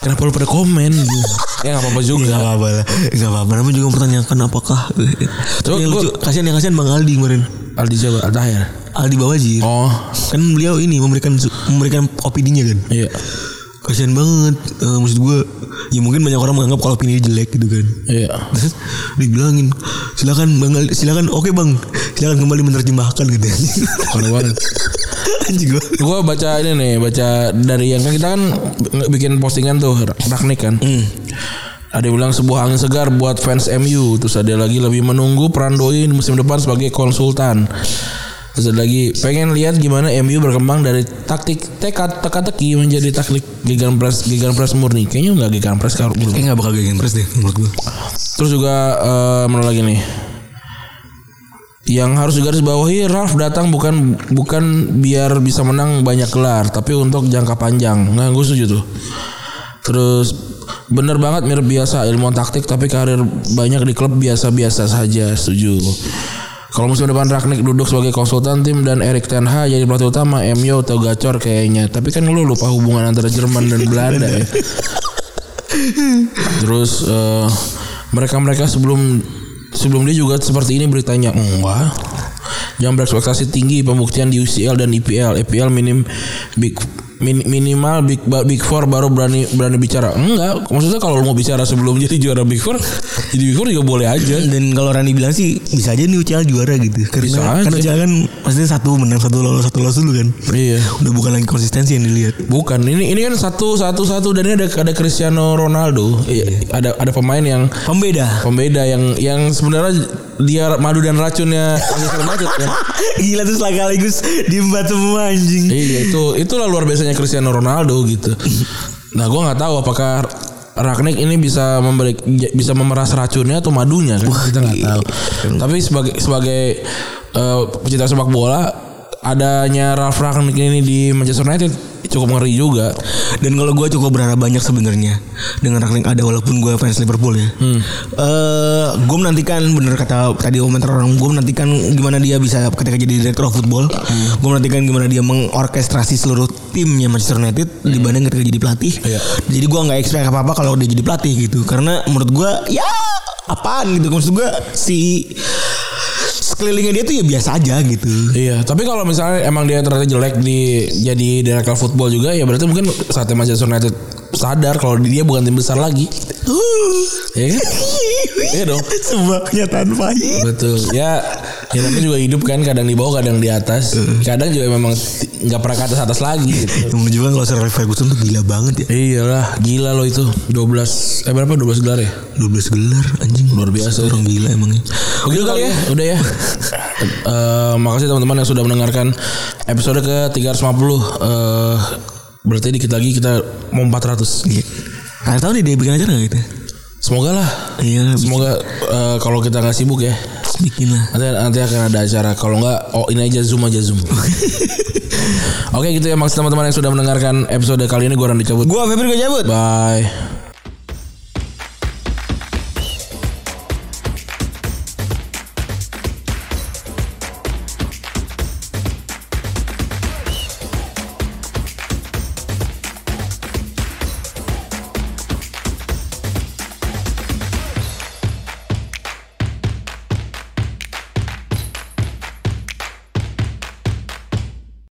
Speaker 2: kenapa lu pada komen gitu. Ya gak apa-apa juga.
Speaker 3: apa-apa lah. Gak apa-apa. Namun juga mempertanyakan apakah. Tapi yang
Speaker 2: gua-
Speaker 3: lucu. Kasian yang kasian Bang Aldi kemarin.
Speaker 2: Aldi Jabar Aldair.
Speaker 3: Aldi Bawajir.
Speaker 2: Oh
Speaker 3: Kan beliau ini memberikan su- memberikan opininya kan.
Speaker 2: iya
Speaker 3: Kasian banget. Eh, maksud gue. Ya mungkin banyak orang menganggap kalau opini dia jelek gitu kan.
Speaker 2: iya.
Speaker 3: Terus dibilangin silakan bang Aldi, silakan oke bang silakan kembali menerjemahkan gitu
Speaker 2: Parah banget.
Speaker 3: anjing gue
Speaker 2: Gue baca ini nih baca dari yang kan kita kan bikin postingan tuh Raknik kan. Ada yang bilang sebuah angin segar buat fans MU. Terus ada lagi lebih menunggu peran Doi di musim depan sebagai konsultan. Terus ada lagi pengen lihat gimana MU berkembang dari taktik tekad teka-teki menjadi taktik gigan press gigan press murni. Kayaknya nggak gigan press kalau belum.
Speaker 3: kayak gak bakal gagangin terus deh menurut gue
Speaker 2: Terus juga eh, mana lagi nih? Yang harus digarisbawahi Ralf datang bukan bukan biar bisa menang banyak gelar, tapi untuk jangka panjang. Nah, gue setuju tuh. Terus bener banget mirip biasa ilmu taktik tapi karir banyak di klub biasa-biasa saja, setuju. Kalau musim depan Ragnik duduk sebagai konsultan tim dan Erik Ten Hag jadi pelatih utama, MU atau gacor kayaknya. Tapi kan lu lupa hubungan antara Jerman dan Belanda ya. Terus eh, mereka-mereka sebelum sebelum dia juga seperti ini beritanya enggak. Jangan berekspektasi tinggi pembuktian di UCL dan IPL. EPL minim big min- minimal big ba- big four baru berani berani bicara. Enggak, maksudnya kalau lu mau bicara sebelum jadi juara big four, jadi big four juga boleh aja.
Speaker 3: Dan kalau Rani bilang sih bisa aja nih UCL juara gitu. Karena
Speaker 2: Bisa aja.
Speaker 3: karena UCL kan maksudnya satu menang satu lolos satu lolos dulu kan.
Speaker 2: Iya.
Speaker 3: Udah bukan lagi konsistensi yang dilihat.
Speaker 2: Bukan, ini ini kan satu satu satu dan ini ada ada Cristiano Ronaldo. Iya, Ada ada pemain yang
Speaker 3: Pembeda.
Speaker 2: pembeda yang yang sebenarnya dia madu dan racunnya Manchester United kan.
Speaker 3: Gila tuh sekaligus diembat semua anjing.
Speaker 2: Iya itu itulah luar biasanya Cristiano Ronaldo gitu. Nah gue nggak tahu apakah Ragnik ini bisa memberi bisa memeras racunnya atau madunya kan kita nggak tahu. Tapi sebagai sebagai eh, pecinta sepak bola adanya Ralf Ragnik ini di Manchester United cukup ngeri juga.
Speaker 3: Dan kalau gue cukup berharap banyak sebenarnya dengan ranking ada walaupun gue fans Liverpool ya.
Speaker 2: Hmm.
Speaker 3: Eh gue menantikan bener kata tadi komentar orang gue menantikan gimana dia bisa ketika jadi direktur of football.
Speaker 2: Hmm.
Speaker 3: Gue menantikan gimana dia mengorkestrasi seluruh timnya Manchester United dibanding ketika jadi pelatih.
Speaker 2: Hmm. Iya.
Speaker 3: Jadi gue nggak expect apa apa kalau dia jadi pelatih gitu karena menurut gue ya apaan gitu maksud gue si sekelilingnya dia tuh ya biasa aja gitu.
Speaker 2: Iya, tapi kalau misalnya emang dia ternyata jelek di jadi direktur football juga ya berarti mungkin saatnya Manchester United sadar kalau dia bukan tim besar lagi. Iya kan? Iya dong.
Speaker 3: Sebuah kenyataan pahit.
Speaker 2: Betul. Ya, ya tapi juga hidup kan kadang di bawah, kadang di atas. Kadang juga memang ti- nggak pernah ke atas atas lagi. Gitu.
Speaker 3: Yang menunjukkan kalau Sir Alex Ferguson tuh gila banget ya.
Speaker 2: Iyalah, gila lo itu. 12 eh berapa? 12 gelar ya?
Speaker 3: 12 gelar anjing luar biasa ya. orang gila emangnya.
Speaker 2: Begitu kali ya, udah ya. Eh, makasih teman-teman yang sudah mendengarkan episode ke 350. Eh berarti dikit lagi kita mau 400.
Speaker 3: Iya. Akhir tahun nih dia bikin acara gak gitu?
Speaker 2: Semoga lah.
Speaker 3: Iya,
Speaker 2: Semoga eh, kalau kita nggak sibuk ya.
Speaker 3: bikin lah.
Speaker 2: Nanti nanti akan ada acara. Kalau nggak, oh ini aja zoom aja zoom. Oke gitu ya maksud teman-teman yang sudah mendengarkan episode kali ini gue Randy cabut.
Speaker 3: Gua Febri gua cabut.
Speaker 2: Bye.